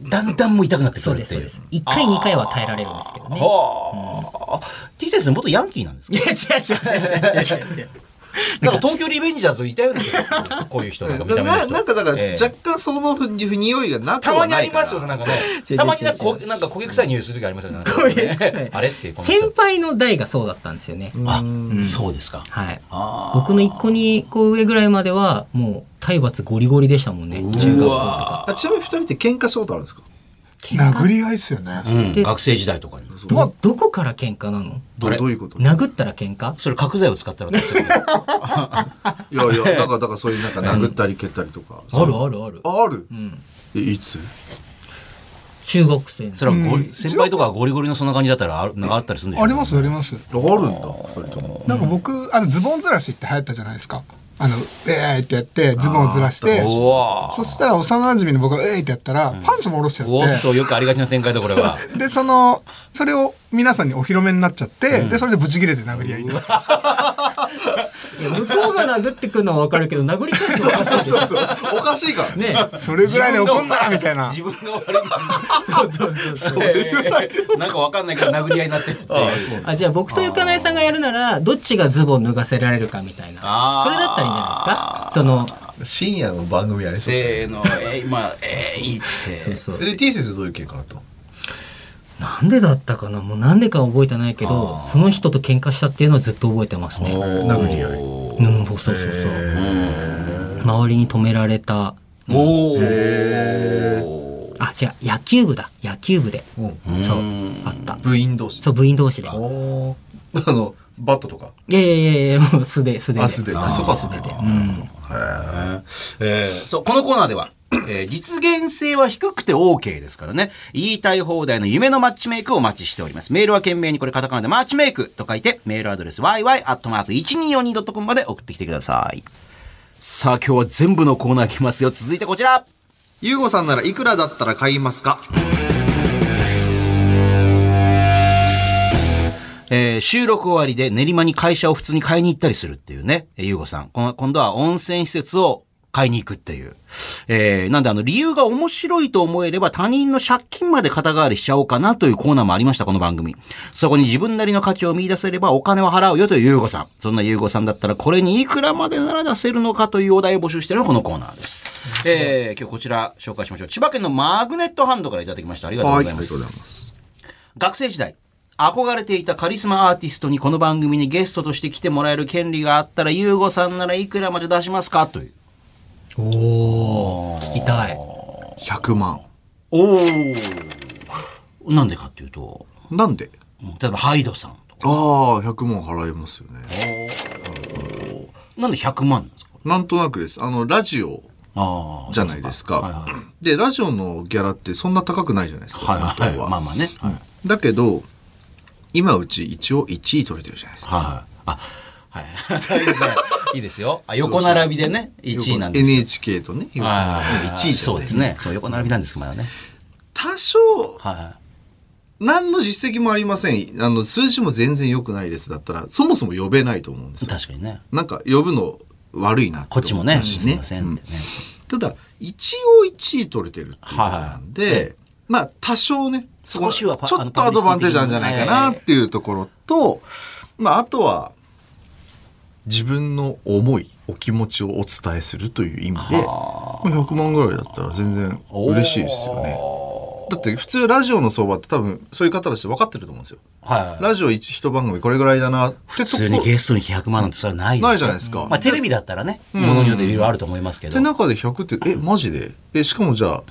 A: だんだんもう痛くなってく
C: そう
A: る
C: で
A: って
C: すそう
A: い
C: です1回2回は耐えられるんですけどね
A: ああ、T 先生元ヤンキーなんですか
C: いや違う違う違う違う違う違う
A: なんか東京リベンジャーズいたような気がするんですよこういう人 なんか見た
B: な
A: 目の人
B: なんかだから
A: ええ
B: 若干そのふ匂いがなく
A: た
B: は
A: まにあ
B: ない
A: り
B: か
A: ま
B: ら
A: すよねなんかね
C: 違う
A: たまになんかこ
C: 違う
A: なんか焦げ臭い匂いする時ありますよねなん
C: こ
A: か
C: う
A: ね
C: いう
A: あれってこの
C: 先
A: 人
C: 輩の代がそうだったんですよね
A: あ、
C: ん
A: そうですか
C: はい
A: あー
C: 僕の1個2個上ぐらいまではもう体罰ゴリゴリでしたもんね中学
A: う
C: 校
A: わ
B: あちなみに二人って喧嘩したことあるんですか
D: 殴り合いっすよね。
A: うん
C: で
A: 学生時代とかに
C: どどこから喧嘩なの
B: ど
A: あれ
B: どういうこといや
C: 殴ったら喧嘩
A: それ角材を使ったらどうするんですか
B: いやだからだからそういうなんか殴ったり蹴ったりとか、
C: あるあるある
B: ある
C: うん
B: えいつ
C: 中学生の
A: それはゴリ
D: うん
A: 先輩とかはゴリゴリのそんな感じだったらあるなんかあったりするんでしょ
D: ありますあります。
B: あるんだ二人とも
D: なんか僕、あの、ズボンずらしって流行ったじゃないですか。あの、えーってやって、ズボンをずらして、
A: うわ
D: そしたら幼馴染の僕がえーってやったら、パンツも下ろしちゃっ
A: おっと
D: て、
A: よくありがちな展開だこれは
D: で、その、それを皆さんにお披露目になっちゃって、で、それでブチ切れて殴り合いに。
C: いや向こうが殴ってくるのは分かるけど殴り返すのは分か
B: そう
C: る
B: そうそうおかしいからね
C: ね
D: それぐらいで怒んなみたいな。
A: 自分が悪い
C: そうそうそうそう
A: なんかわかんないけど殴り合いになってるっていう。
C: あじゃあ僕とゆかなえさんがやるならどっちがズボン脱がせられるかみたい
A: あー
C: なそれだったらいいんじゃないですかその
B: 深夜の番組やりそうですね
A: せーの、えー、まあ、えー、いいって。
C: そうそう
B: え T 先生どういう喧嘩だったの
C: なんでだったかなもうなんでか覚えてないけどその人と喧嘩したっていうのはずっと覚えてますね
B: 殴り合い
C: うんそうそうそうそう周りに止められた
A: おお。
C: あ違う野球部だ野球部で
B: うん
C: そうあった
B: 部員同士
C: そう部員同士で
B: おあのバットとか
C: いやいやいやいやもう素で素で
B: あ素手あそこは素手
C: で
B: で
C: うん
A: えーそう、このコーナーでは、えー実現性は低くて OK ですからね。言いたい放題の夢のマッチメイクをお待ちしております。メールは懸命にこれカタカナでマッチメイクと書いて、メールアドレス yy.1242.com まで送ってきてください。さあ、今日は全部のコーナーいきますよ。続いてこちら。
B: ゆうごさんならいくらだったら買いますか
A: えー収録終わりで練馬に会社を普通に買いに行ったりするっていうね、えーゆうごさん。この今度は温泉施設を買いに行くっていう。えーなんであの理由が面白いと思えれば他人の借金まで肩代わりしちゃおうかなというコーナーもありました、この番組。そこに自分なりの価値を見出せればお金は払うよというゆうごさん。そんなゆうごさんだったらこれにいくらまでなら出せるのかというお題を募集しているのがこのコーナーです。えー今日こちら紹介しましょう。千葉県のマグネットハンドからいただきました。ありがとうございます。
B: ます
A: 学生時代憧れていたカリスマアーティストにこの番組にゲストとして来てもらえる権利があったら優吾さんならいくらまで出しますかという
C: おお聞きたい
B: 100万
A: おおなんでかっていうと
B: なんで
A: うん例えばハイドさんとか
B: ああ100万払いますよね
A: なんで100万なんですか
B: なんとなくですあのラジオ
A: あ
B: じゃないです
A: はいは
B: かでラジオのギャラってそんな高くないじゃないですか
A: はいはい
B: 本当
A: まあまあねはい
B: だけど今うち一応1位取れてるじゃないですか
A: はいあはいいいですねいいですよあ横並びでね1位なんですよ
B: NHK とね今
A: はいはいはい
B: 1位じゃ
A: そう
B: ない
A: で
B: ですすか
A: ねそう横並びなんですけどまだね
B: 多少
A: はいはい
B: 何の実績もありませんあの数字も全然良くないですだったらそもそも呼べないと思うんですよ
A: 確かにね
B: なんか呼ぶの悪いな
A: こっちもね
B: し
A: すいませんってね
B: ただ一応1位取れてるっていうことなんで、
A: はいはいええ
B: まあ多少ねそこ
A: 少しはパ
B: ちょっとアドバンテージなんじゃないかなっていうところと、まああとは自分の思いお気持ちをお伝えするという意味でまあ100万ぐらいだったら全然嬉しいですよね。だって普通ラジオの相場って多分そういう方たち分かってると思うんですよ。
A: はいはい
B: ラジオ一一番組これぐらいだなって
A: 普
B: とこ
A: 通にゲストに100万なんてそれはない
B: ないじゃないですか
A: まあテレビだったらね、ものによっていろいろあると思いますけど
B: で。中で100ってえマジでえしかもじゃあ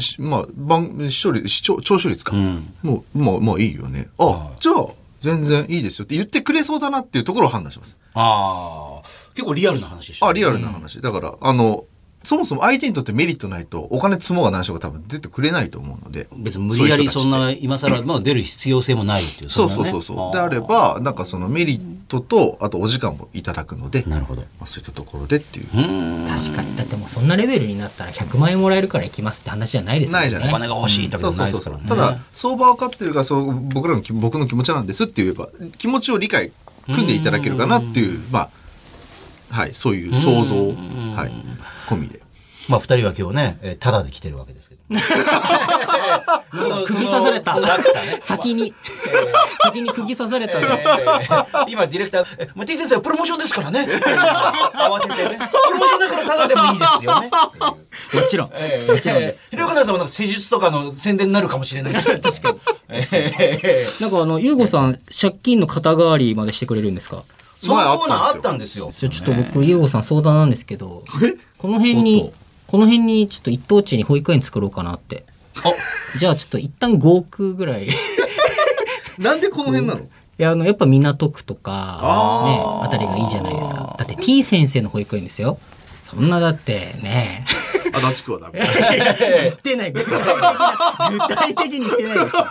B: しまあ番視聴率視聴聴取率か、
A: うん
B: もうまあまあいいよねあ、じゃあ全然いいですよって言ってくれそうだなっていうところを判断します
A: ああ、結構リアルな話でしたね。
B: あリアルな話、だからあのそもそも相手にとってメリットないとお金積もうが何しようが多分出てくれないと思うので
A: 別に無理やり
B: そういう人たちって
A: そんな今更まあ出る必要性もないっていう
B: そうん
A: な
B: そう
A: ね
B: そうそう、
A: あー
B: であればなんかそのメリットとあとお時間もいただくので
A: なるほど
B: まあ、そういったところでっていう、
A: うーん
C: 確かにだってもうそんなレベルになったら100万円もらえるから行きますって話じゃないですよね
B: ないじゃない
A: お金が欲しいって
B: そ
A: わ
B: う
A: けじ
B: そ
A: ゃ
B: う
A: ないで
B: そ
A: すか
B: うそ
A: ら
B: う
A: ね
B: ただ相場を分かってるからそう僕らのき僕の気持ちなんですって言えば気持ちを理解組んでいただけるかなっていうまあはいそういう想像
A: う
B: を、
A: ん
B: はい、込みで。
A: まあ二人は今日ね、えータダで来てるわけ ですけど。
C: 釘刺された
A: その落差ね
C: 先に先に釘刺されたぞ
A: 今ディレクターえ「まあ、T 先生はプロモーションですから ね」慌ててね「プロモーションだからただでもいいですよね」
C: もちろんもちろんです
A: ひろゆかさんもなんか施術とかの宣伝になるかもしれない確かに、えー
C: なんかあのゆうごさん借金の肩代わりまでしてくれるんですか
A: そのコーナーあ
B: 前
A: っ
B: あったた
A: んですよ
C: じゃあちょっと僕ゆうごさん相談なんですけどこの辺
A: おっ
C: に
A: と
C: この辺にちょっと一等地に保育園作ろうかなってじゃあちょっと一旦5億ぐらいい
B: なんでこの辺なの、
C: やあのやっぱ港区とかね
B: あー
C: あたりがいいじゃないですかだって T 先生の保育園ですよそんなだってね
B: あ足立区はダメ。
C: 言ってない具体的な具体的に言ってないでしょ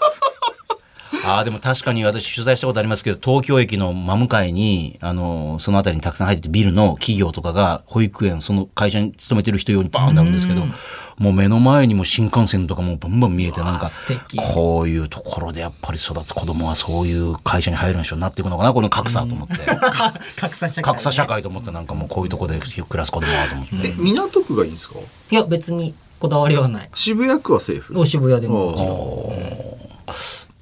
A: ああでも確かに私取材したことありますけど東京駅の真向かいにあのその辺りにたくさん入っててビルの企業とかが保育園その会社に勤めてる人用にバーンなるんですけどもう目の前にも新幹線とかもうバンバン見えてなん
C: わあ
A: か
C: 素敵
A: こういうところでやっぱり育つ子供はそういう会社に入る人になっていくのかなこの格差と思って
C: 格差社会ね
A: 格差社会と思ってなんかもうこういうとこで暮らす子供はと思って。
B: え、港区がいいんですか
C: いや別にこだわりはない
B: 渋谷区はセーフ。
C: お渋谷でももちろん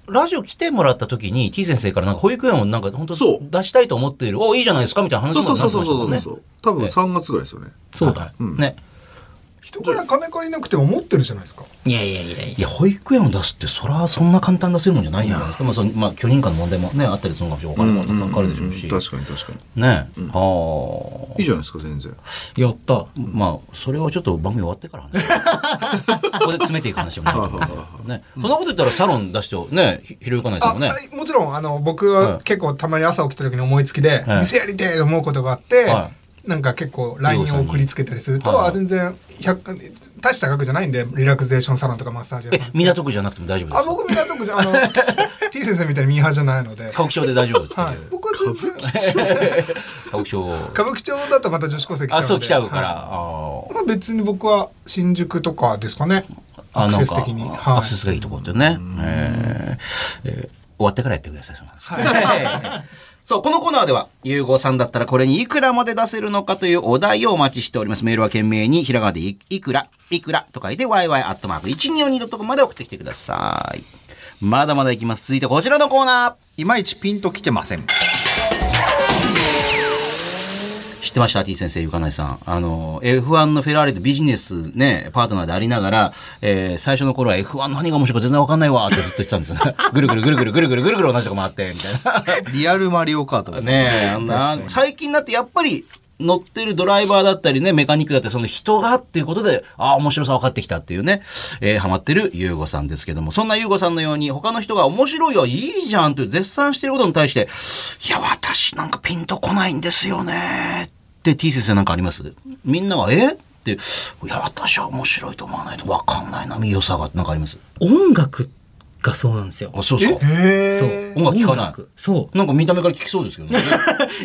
A: ラジオ来てもらった時に T 先生からなんか保育園をなんか本当
B: そう
A: 出したいと思っているおいいじゃないですかみたいな話
B: そう
A: も
B: そう
A: なってま
B: そう
A: した
B: そう
A: もん
B: そう
A: ね
B: そう。多分3月ぐらいですよね。
C: そうだ
A: うんね
D: 人から金借りなくても持ってるじゃないですか。
C: いやいやいやい
A: いや
C: や
A: 保育園を出すってそれはそんな簡単に出せるもんじゃないんじゃないですか、まあ、そのまあ許認可の問題もねあったりするのかもしれないお金もたくさんかかるでしょうし、
B: うん確かに確かに。
A: ね、あ
B: いいじゃないですか、全然。
C: やった
A: あまあそれはちょっと番組終わってからねここで詰めていく話もないと思うけどねそんなこと言ったらサロン出してねひひろゆかないです
D: あ
A: もんね
D: はいもちろんあの僕
A: は
D: はい結構たまに朝起きた時に思いつきで、
A: はい
D: 店やりてえと思うことがあって、
A: は
D: なんか結構
A: 業者
D: LINE を
A: に
D: 送りつけたりすると、
A: はい
D: あ全然100大した額じゃないんでリラクゼーションサロンとかマッサージ屋
A: え
D: さん
A: 港区じゃなくても大丈夫です
D: あ
A: か
D: 僕港区じ ゃあの T 先生みたいにミーハーじゃないので、
A: 歌舞伎町で大丈夫ですか、
D: はい、僕は全然
A: 歌舞伎町
D: 歌舞伎町だとまた女子高生来ちゃうんで
A: あそう来ちゃうから、
D: は
A: あ
D: いまあ、別に僕は新宿とかですかね
A: あ
D: ア
A: あ
D: ク
A: なん
D: セ
A: か
D: ス的に、
A: ア
D: はい
A: クセスがいいとこってね、えーえー終わってからやってくださいその話 そうこのコーナーではゆうごさんだったらこれにいくらまで出せるのかというお題をお待ちしておりますメールは懸命にひらがなでいいくらいくらと書いて yy.1242.com まで送ってきてくださいまだまだいきます続いてこちらのコーナ
B: いまいちピンときてません。
A: ー知ってました T 先生ゆかないさんあの F1 のフェラーリとビジネスねパートナーでありながら、えー最初の頃は F1 の何が面白いか全然わかんないわーってずっと言ってたんですよぐるぐるぐるぐるぐるぐるぐるぐる同じとこ回ってみたいな
B: リアルマリオカートみたいな
A: ねえ、あんな最近だってやっぱり乗ってるドライバーだったりね、メカニックだったり、その人がっていうことで、ああ、面白さ分かってきたっていうね、えーハマってるゆうごさんですけども、そんなゆうごさんのように、他の人が面白いよ、いいじゃんという絶賛してることに対して、いや、私なんかピンとこないんですよね、って T 先生なんかありますみんなが、えって、いや、私は面白いと思わないと分かんないな、良さが、なんかあります
C: 音楽がそうなんですよ
A: あ、そうそう。
D: へ
C: そう
D: え
A: 音楽聞かない
C: 楽そう
A: なんか見た目から聞きそうですけどね。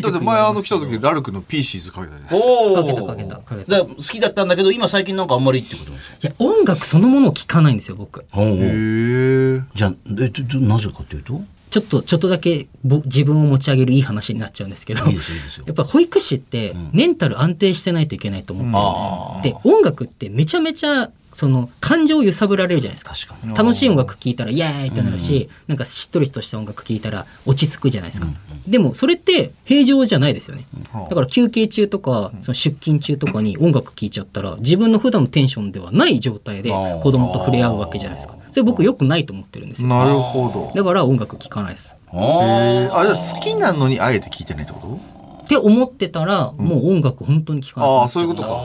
B: だって前あの来た時ラルクのピーシーズかけたじゃないですか。
A: お
C: かけたかけたかけた
A: だから好きだったんだけど今最近なんかあんまりってことなんですか
C: いや音楽そのものを聞かないんですよ僕
B: へえ。
A: じゃあえどどなぜかというと
C: ちょっとちょっとだけぼ自分を持ち上げるいい話になっちゃうんですけど
A: いいですよいい ですよ
C: やっぱ保育士ってメンタル安定してないといけないと思ってるんですよ、で音楽ってめちゃめちゃその感情を揺さぶられるじゃないですか
A: 確か
C: 楽しい音楽聴いたらイエーイってなるし、なんかしっとりとした音楽聴いたら落ち着くじゃないですか、でもそれって平常じゃないですよね、だから休憩中とかその出勤中とかに音楽聴いちゃったら自分の普段のテンションではない状態で子供と触れ合うわけじゃないですかそれ僕よくないと思ってるんですよ
B: なるほど。
C: だから音楽聴かないです
B: え
A: あ
B: ーあ、じゃあ好きなのにあえて聞いてないってこと
C: って思ってたら、もう音楽本当に聴かない
B: ああ、そういうことか。
A: あ
B: な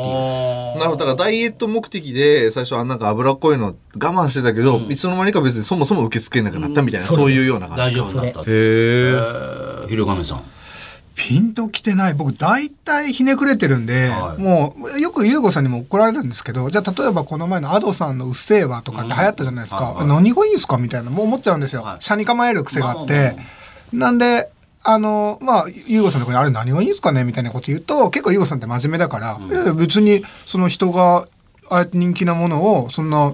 B: るほど。だからダイエット目的で、最初はなんか脂っこいの我慢してたけど、いつの間にか別にそもそも受け付けなくなったみたいな、
C: うん
B: そういうような感
A: 大
B: じ。
A: 丈夫になった
B: へえ。
A: ひろかねさん
D: ピンときてない僕大体ひねくれてるんで、
A: はい
D: もうよく優吾さんにも怒られるんですけどじゃあ例えばこの前の Ado さんの「うっせえわ」とかって流行ったじゃないですか、
A: うんはい
D: 何がいいんですかみたいなもう思っちゃうんですよ、
A: はい
D: 車に構える癖があって、
A: まあまあま
D: なんであのまあ優吾さんとかに「あれ何がいいんですかね?」みたいなこと言うと結構優吾さんって真面目だから、いやいや別にその人がああやって人気なものをそんな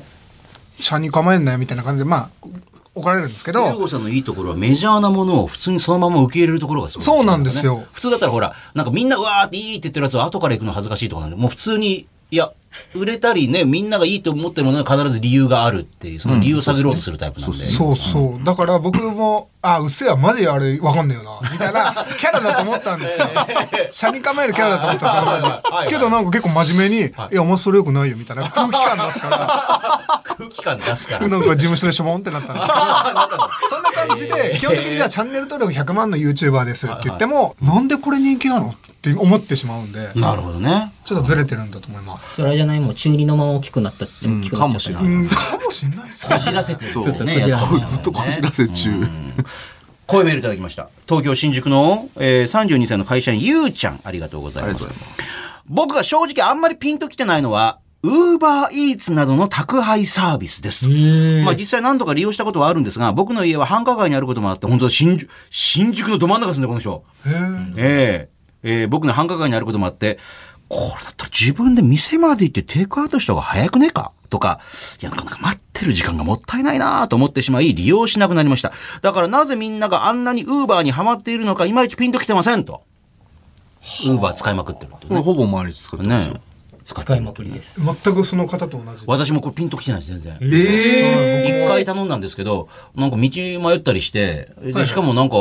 D: 車に構えんなよみたいな感じでまあ怒られるんですけど。
A: ゆうごさんのいいところはメジャーなものを普通にそのまま受け入れるところがすごい
D: そうなんですよ
A: 普通だったらほら、なんかみんなうわーっていいって言ってるやつは後から行くの恥ずかしいとかなんで、もう普通に、いや、売れたりね、みんながいいと思ってるものは必ず理由があるっていう、その理由を探ろうとするタイプなんで。
D: そうそう。だから僕も、あ、うっせぇわ、マジあれ、わかんねえよな。みたいな、キャラだと思ったん ですよ。車に構えるキャラだと思ったんで
A: はいはい
D: すよ
A: はい
D: マジ。けどなんか結構真面目に、いや、お前それよくないよ、みたいな空気感出す か
A: 空気感出すから
D: ら、。なんか事務所でしょぼんってなったんですけど、そんな感じで、基本的にじゃあチャンネル登録100万の YouTuber ですって言っても、なんでこれ人気なのって思ってしまうんで、
A: なるほどね。
D: ちょっとずれてるんだと思います。
C: それじゃないもう中二のまま大きくなったって大きくなっちゃった
B: うんかもしれ
D: う
B: ない
D: ん、かもしれないです
A: こ
D: ね。
A: じらせてる
B: そう
A: やつもね
C: こじらせてる
B: ずっとこじらせ中。
A: 声メールいただきました。東京新宿の、えー、32歳の会社員ゆうちゃん、ありがとうございます。僕が正直あんまりピンときてないのは、ウーバーイーツなどの宅配サービスですと。まあ実際何度か利用したことはあるんですが、僕の家は繁華街にあることもあって、本当新宿、新宿のど真ん中ですね、この人。
D: へー
A: ええええ僕の繁華街にあることもあって、これだったら自分で店まで行ってテイクアウトした方が早くねえかとか、いや、なんかなんか待ってる時間がもったいないなと思ってしまい、利用しなくなりました。だからなぜみんながあんなにウーバーにハマっているのか、いまいちピンときてませんと。ウーバー使いまくってるっていう
B: ほぼ毎日使って
A: ね。
B: ますよ。
A: ね
C: 使いまくりです
D: 全くその方と同じ。
A: 私もこれピンときてないです、全然。
D: え
A: 一回頼んだんですけど、なんか道迷ったりして、で、しかもなんか、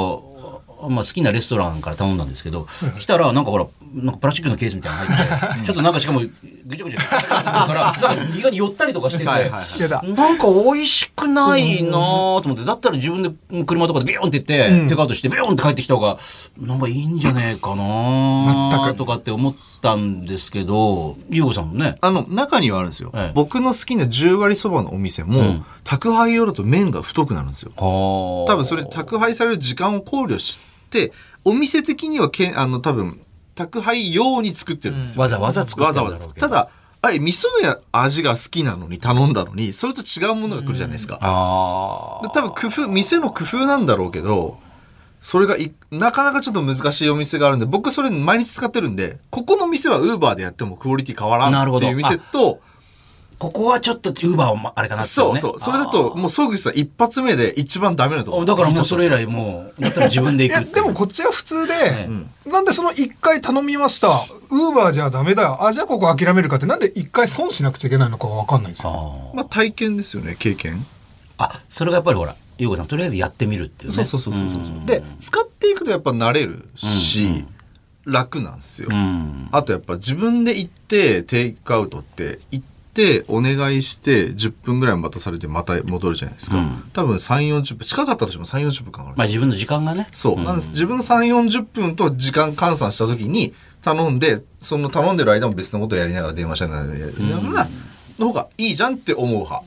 A: まあ、好きなレストランから頼んだんですけど、来たら、なんかほら、なんかプラスチックのケースみたいなの入って、ちょっとなんかしかも、ぐちゃぐちゃ、だから、なんか意外に寄ったりとかしてて、
B: はいはい
D: やだ。
A: なんか美味しくないなぁと思って、だったら自分で車とかでビヨンって行って、テイクアウトしてビヨンって帰ってきた方が、なんかいいんじゃねえかなぁとかって思ったんですけど、ゆうごさんもね、
B: あの、中にはあるんですよ。
A: ええ
B: 僕の好きな10割そばのお店も、
A: うん
B: 宅配用だと麺が太くなるんですよ。
A: 多
B: 多分それ宅配される時間を考慮して、お店的にはけん、あの、多分、宅配用に作ってるんですよ。
A: わざわざ作って
B: わ
A: るんだろ
B: ざ
A: うけ
B: わ
A: ど
B: ざ作ってただ、あれ、味噌や味が好きなのに頼んだのに、それと違うものが来るじゃないですか。
A: あ
B: で多分工夫、店の工夫なんだろうけど、それがい、なかなかちょっと難しいお店があるんで、僕それ毎日使ってるんで、ここの店はウーバーでやってもクオリティ変わら
A: なる
B: ん
A: ほ
B: って
A: ど
B: いう店と、
A: ここはちょっとウーバーはあれかなって、ね、
B: そうそう。それだと、もう、総口さん一発目で一番ダメなとこ
A: あだからもうそれ以来もうだったら自分で
D: い
A: 行く
D: や
A: っていう
D: でもこっちは普通で、
A: ん
D: なんでその一回頼みましたウーバーじゃダメだよあじゃあここ諦めるかってなんで一回損しなくちゃいけないのかが分かんないんですよ
A: あ
B: まあ体験ですよね、経験。
A: ああそれがやっぱりほら優子さんとりあえずやってみるっていうね
B: そうそうそうそうそう、で、使っていくとやっぱ慣れるし、楽なんですよ。
A: うん
B: あとやっぱ自分で行って、テイクアウトって、行って、お願いして、10分ぐらい待たされて、また戻るじゃないですか。
A: うん
B: 多分3、40分、近かったとしても3、40分かかるんですよ
A: まあ自分の時間がね
B: そう。なんです。自分の3、40分と時間換算した時に頼んで、その頼んでる間も別のことをやりながら電話したりながらやりながら、の方がいいじゃんって思う派。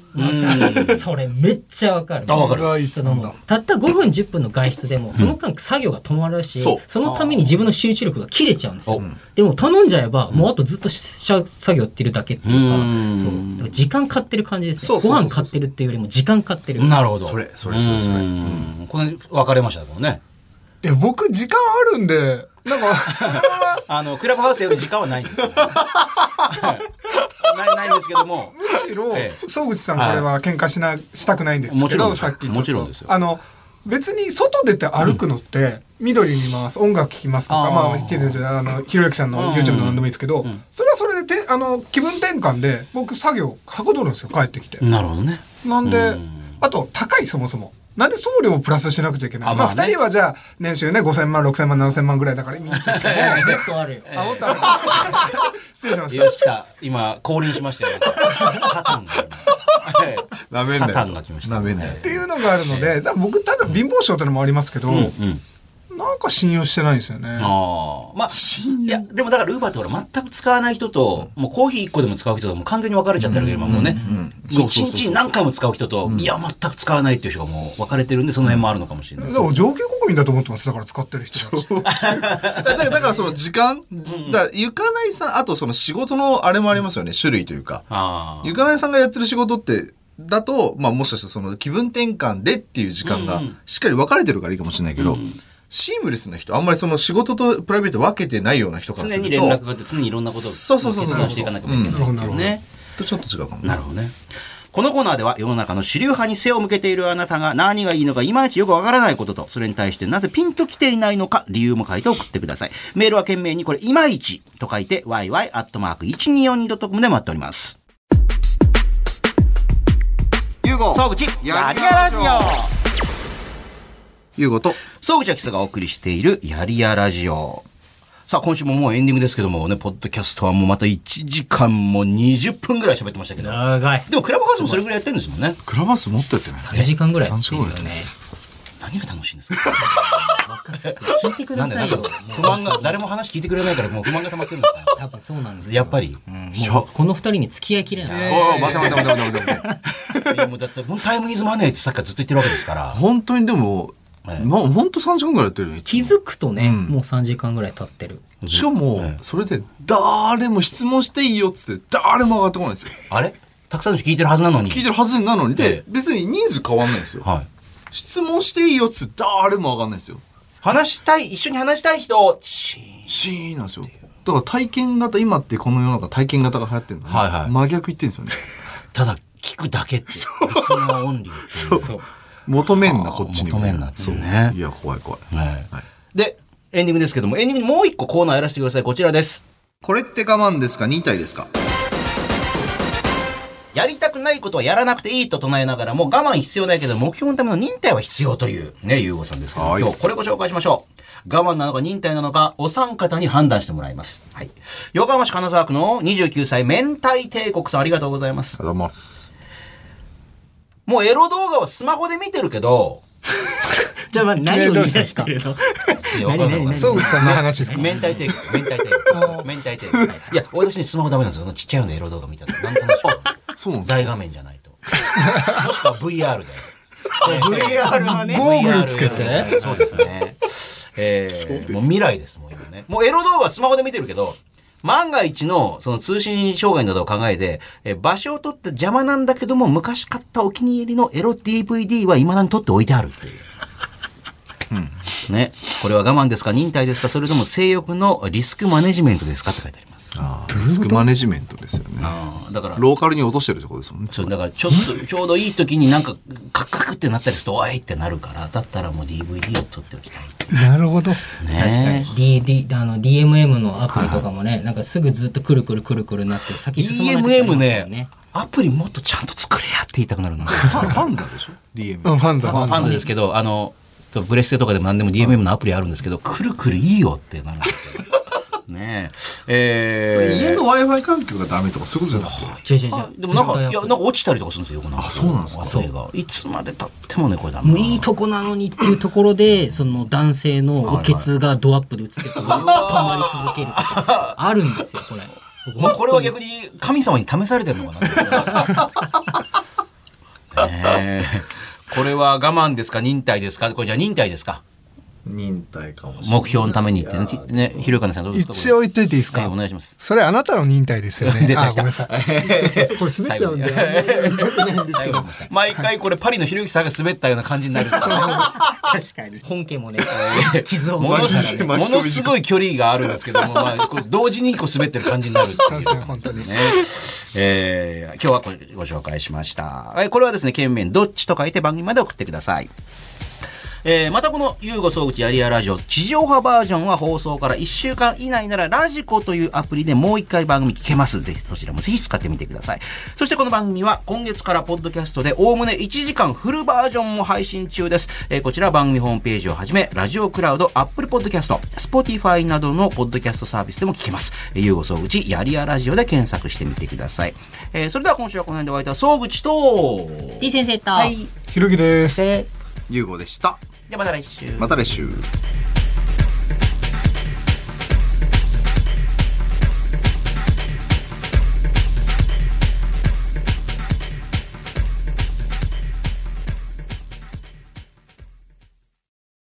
C: それめっちゃわかる
A: あわかる
D: これはいつ
C: そ
D: な
C: の
D: んだ
C: たった5分10分の外出でもその間作業が止まるし、
B: そう
C: そのために自分の集中力が切れちゃうんですよ、
B: うん
C: でも頼んじゃえば、もうあとずっとしちゃう作業ってるだけっていうか、
A: うん
C: そうだから時間買ってる感じですね
B: そうそうそうそう
C: ご飯買ってるっていうよりも時間買ってる
A: なるほど
B: それそれそれそれ
A: うんこれ分かれましたねこれね
D: いや僕時間あるんでなん か
A: あのクラブハウスより時間はないんですよはいないないんですけども
D: むしろ
A: え
D: 総口さんこれは喧嘩しなしたくないんですけど
A: もちろんです
D: さっきちょっと
A: もちろんですよ
D: あの別に外出て歩くのって、緑に回す音楽聴きますとか
A: あー
D: まあ引き続きあのひろゆきさんの YouTube の何でもいいですけど、それはそれでてあの気分転換で僕作業はかどるんですよ帰ってきて。
A: なるほどね
D: なんで、
A: うん
D: あと高いそもそも。なんで送料をプラスしなくちゃいけない
A: あ
D: まあ、
A: まあね
D: 2人はじゃあ年収ね5000万6000万7000万ぐらいだからいいんですけ どね
C: もっとあるよ
D: あもっとある失礼しまし
A: よ
D: た
A: し来た今降臨しましたよサタンが今はい
B: なめんな
A: サ
B: よ
A: タンが来ました
B: なめんなよ
D: っていうのがあるのでだから僕ただ貧乏症ってのもありますけど、
A: うんうん
D: なんか信用してないんですよね。
A: ああ。まあ、いや、でもだから、ウーバーってほら、全く使わない人と、もうコーヒー1個でも使う人と、もう完全に分かれちゃってるけど、今もうね。もう1日何回も使う人と、いや、全く使わないっていう人がもう分かれてるんで、その辺もあるのかもしれない。
D: でも上級国民だと思ってます。だから使ってる人たち。
B: だからだからその時間、だから床内さん、あとその仕事のあれもありますよね、種類というか。
A: ああ。
B: ゆかないさんがやってる仕事って、だと、まあもしかしたらその気分転換でっていう時間が
A: うんうん
B: しっかり分かれてるからいいかもしれないけど、シームレスな人、あんまりその仕事とプライベート分けてないような人からす
A: 常
B: ると、
A: に連絡があって、常にいろんなことを
B: そうそうそうそう
A: 決断していかなきゃいけないっていう
D: うんなるほど
A: ね。
B: とちょっと違うかもね。
A: なるほどね。このコーナーでは世の中の主流派に背を向けているあなたが何がいいのかいまいちよくわからないことと、それに対してなぜピンときていないのか理由も書いて送ってください。メールは懸命にこれいまいちと書いて yy.1242.com で待っております。
B: ゆうご
A: 総口、や
B: や
A: り
B: り
A: や
B: や
A: ラ
B: ラ
A: ジ
B: ジ
A: オ
B: オゆうごと、
A: 総口秋さんがお送りしているやりやラジオ。さあ、今週ももうエンディングですけどもね、ポッドキャストはもうまた1時間も20分ぐらい喋ってましたけど。
C: 長い
A: でもクラブハウスもそれぐらいやってるんですもんね。
B: クラバス持ってってね。
C: 3時間ぐらい
B: 3時間ぐらいやってま
C: ね
B: すよ
A: 何が楽しいんですか
C: 聞いてく
A: な
C: だ
A: んでな
C: さ
A: ん
C: い
A: か
C: よ
A: 不満が誰も話聞いてくれないからもう不満が溜まってるんですか
C: 多分そうなんですよ
A: やっぱり、
C: うん
B: いや
C: もうこの二人に付き合いきれない、
B: おいおい待て待て待て待て待て待 て。
A: いやもうだってもうタイムイズマネーってさっきからずっと言ってるわけですから
B: 本当にでも、
A: え
B: ま、
A: え
B: 本当3時間ぐらいやってるよね。
C: 気づくとね、
B: うん
C: もう3時間ぐらい経ってる
B: しかも、
A: ええ
B: それで、誰も質問していいよっつって、誰も上がってこないんですよ。
A: あれたくさんの人聞いてるはずなのに
B: 聞いてるはずなのに、
A: ええ
B: で、別に人数変わんないんですよ。
A: はい
B: 質問していいよっつって誰も上がんないですよ。
A: 話したい一緒に話したい人シーン
B: シーンなんですよ。だから体験型、今ってこの世の中体験型が流行ってるのに、
A: はいはい
B: 真逆言ってるんですよね。
A: ただ聞くだけってそうリスナーオンリーっていうそう
B: 求めんな、こっちに。
A: 求めんなっつうね
B: いや、怖い怖い。
A: はい
B: はい
A: でエンディングですけどもエンディングにもう一個コーナーやらせてくださいこちらです
B: これって我慢ですか ?2 体ですか
A: やりたくないことはやらなくていいと唱えながらも我慢必要ないけど目標のための忍耐は必要というね、ゆうごさんですけど、
B: はい
A: 今日これご紹介しましょう。我慢なのか忍耐なのか、お三方に判断してもらいます。はい。横浜市金沢区の29歳、明太帝国さんありがとうございます。
B: がとうございます。
A: もうエロ動画はスマホで見てるけど、
C: じゃあまあ何を言い出してるの
A: いやわ
C: 何
A: かん
C: 何
A: ない
C: 何
D: そうさんの話ですか。
A: 明太帝国、明太帝国、明太帝 国。いや、私にスマホダメなんですよ。そのちっちゃいのでエロ動画見たら。なんとなく
B: そうなんです
A: 大画面じゃないと。 もしくは VR で。
C: VR はね
D: ゴーグルつけて
A: VR そうですね。えー、もう未来ですもん今ね。もうエロ動画はスマホで見てるけど、万が一のその通信障害などを考えて、えー場所を取って邪魔なんだけども、昔買ったお気に入りのエロ DVD は未だに取って置いてあるっていう。ね、これは我慢ですか忍耐ですかそれとも性欲のリスクマネジメントですかって書いてあります。
B: あーリスクマネジメントですよね。
A: あーだから、
B: ローカルに落としてるってことですもんね。
A: そうだからちょっとちょうどいい時になんかカクカクってなったりするとおいってなるからだったらもう DVD を撮っておきたいって
D: なるほど。
A: ね
C: 確かに DD あの DMM のアプリとかもね、なんかすぐずっとくるくるくるくるなって先進まない時ありま
A: DMM
C: す
A: ね
C: よね
A: アプリもっとちゃんと作れやって言いたくなるな
B: ファンファンザでしょ ?DM。
D: うん、ファンだ。
A: ファンズですけどあのブレステとかでも何でも DMM のアプリあるんですけどくるくるいいよってなるんですよねええ
B: そ
A: ー
B: れ家の Wi-Fi 環境がダメとかそういうことじゃなくて。
C: 違う違う違
A: あ
C: う
A: でもなんかい
C: 絶対
A: や
C: ア
A: な
C: プ
A: ん
C: リ
A: か落ちたりとかするんですよ横の
B: あそうなんですか
A: それがいつまでたってもねこれだ
C: もういいとこなのにっていうところでその男性のおけつがドアップで映ってて止まり続けるってあるんですよこれ。
A: もうこれは逆に神様に試されてるのかな。ねえこれは我慢ですか忍耐ですかこれじゃあ忍耐ですか
B: 忍耐かもしれない。
A: 目標のためにってねきねひろゆかなさんどうですか
D: 一応言っといていいです
A: はい
D: か
A: お。願いします
D: それあなたの忍耐ですよね。
A: 出た
D: あー、
A: 来
D: ごめ
A: た
D: んなさい。
C: これ滑っちゃうんであんまりやりたくないんですけど
A: 毎回これパリのひろゆきさんが滑ったような感じになる
C: 確かに本 家もね傷を負
A: も
C: い
A: の
C: ました
A: す
C: ね
A: ごいものすごい距離があるんですけども、まあ、こう同時にこう滑ってる感じになるっていう
D: そうですね本当に
A: ねえー今日はこれご紹介しましたえーこれはですね県名どっちと書いて番組まで送ってくださいえーまたこの「ゆうご総口やりやラジオ」地上波バージョンは放送から1週間以内ならラジコというアプリでもう一回番組聞けますぜひそちらもぜひ使ってみてくださいそしてこの番組は今月からポッドキャストでおおむね1時間フルバージョンも配信中です、えーこちら番組ホームページをはじめラジオクラウドアップルポッドキャスト Spotify などのポッドキャストサービスでも聞けますえーゆうご総口やりやラジオで検索してみてください、えーそれでは今週はこの辺でお会いいた総口と
C: いい先生と、
A: はい
D: ひろきです。
A: で
B: ゆうごでした。
A: じゃあまた来週
B: また来週。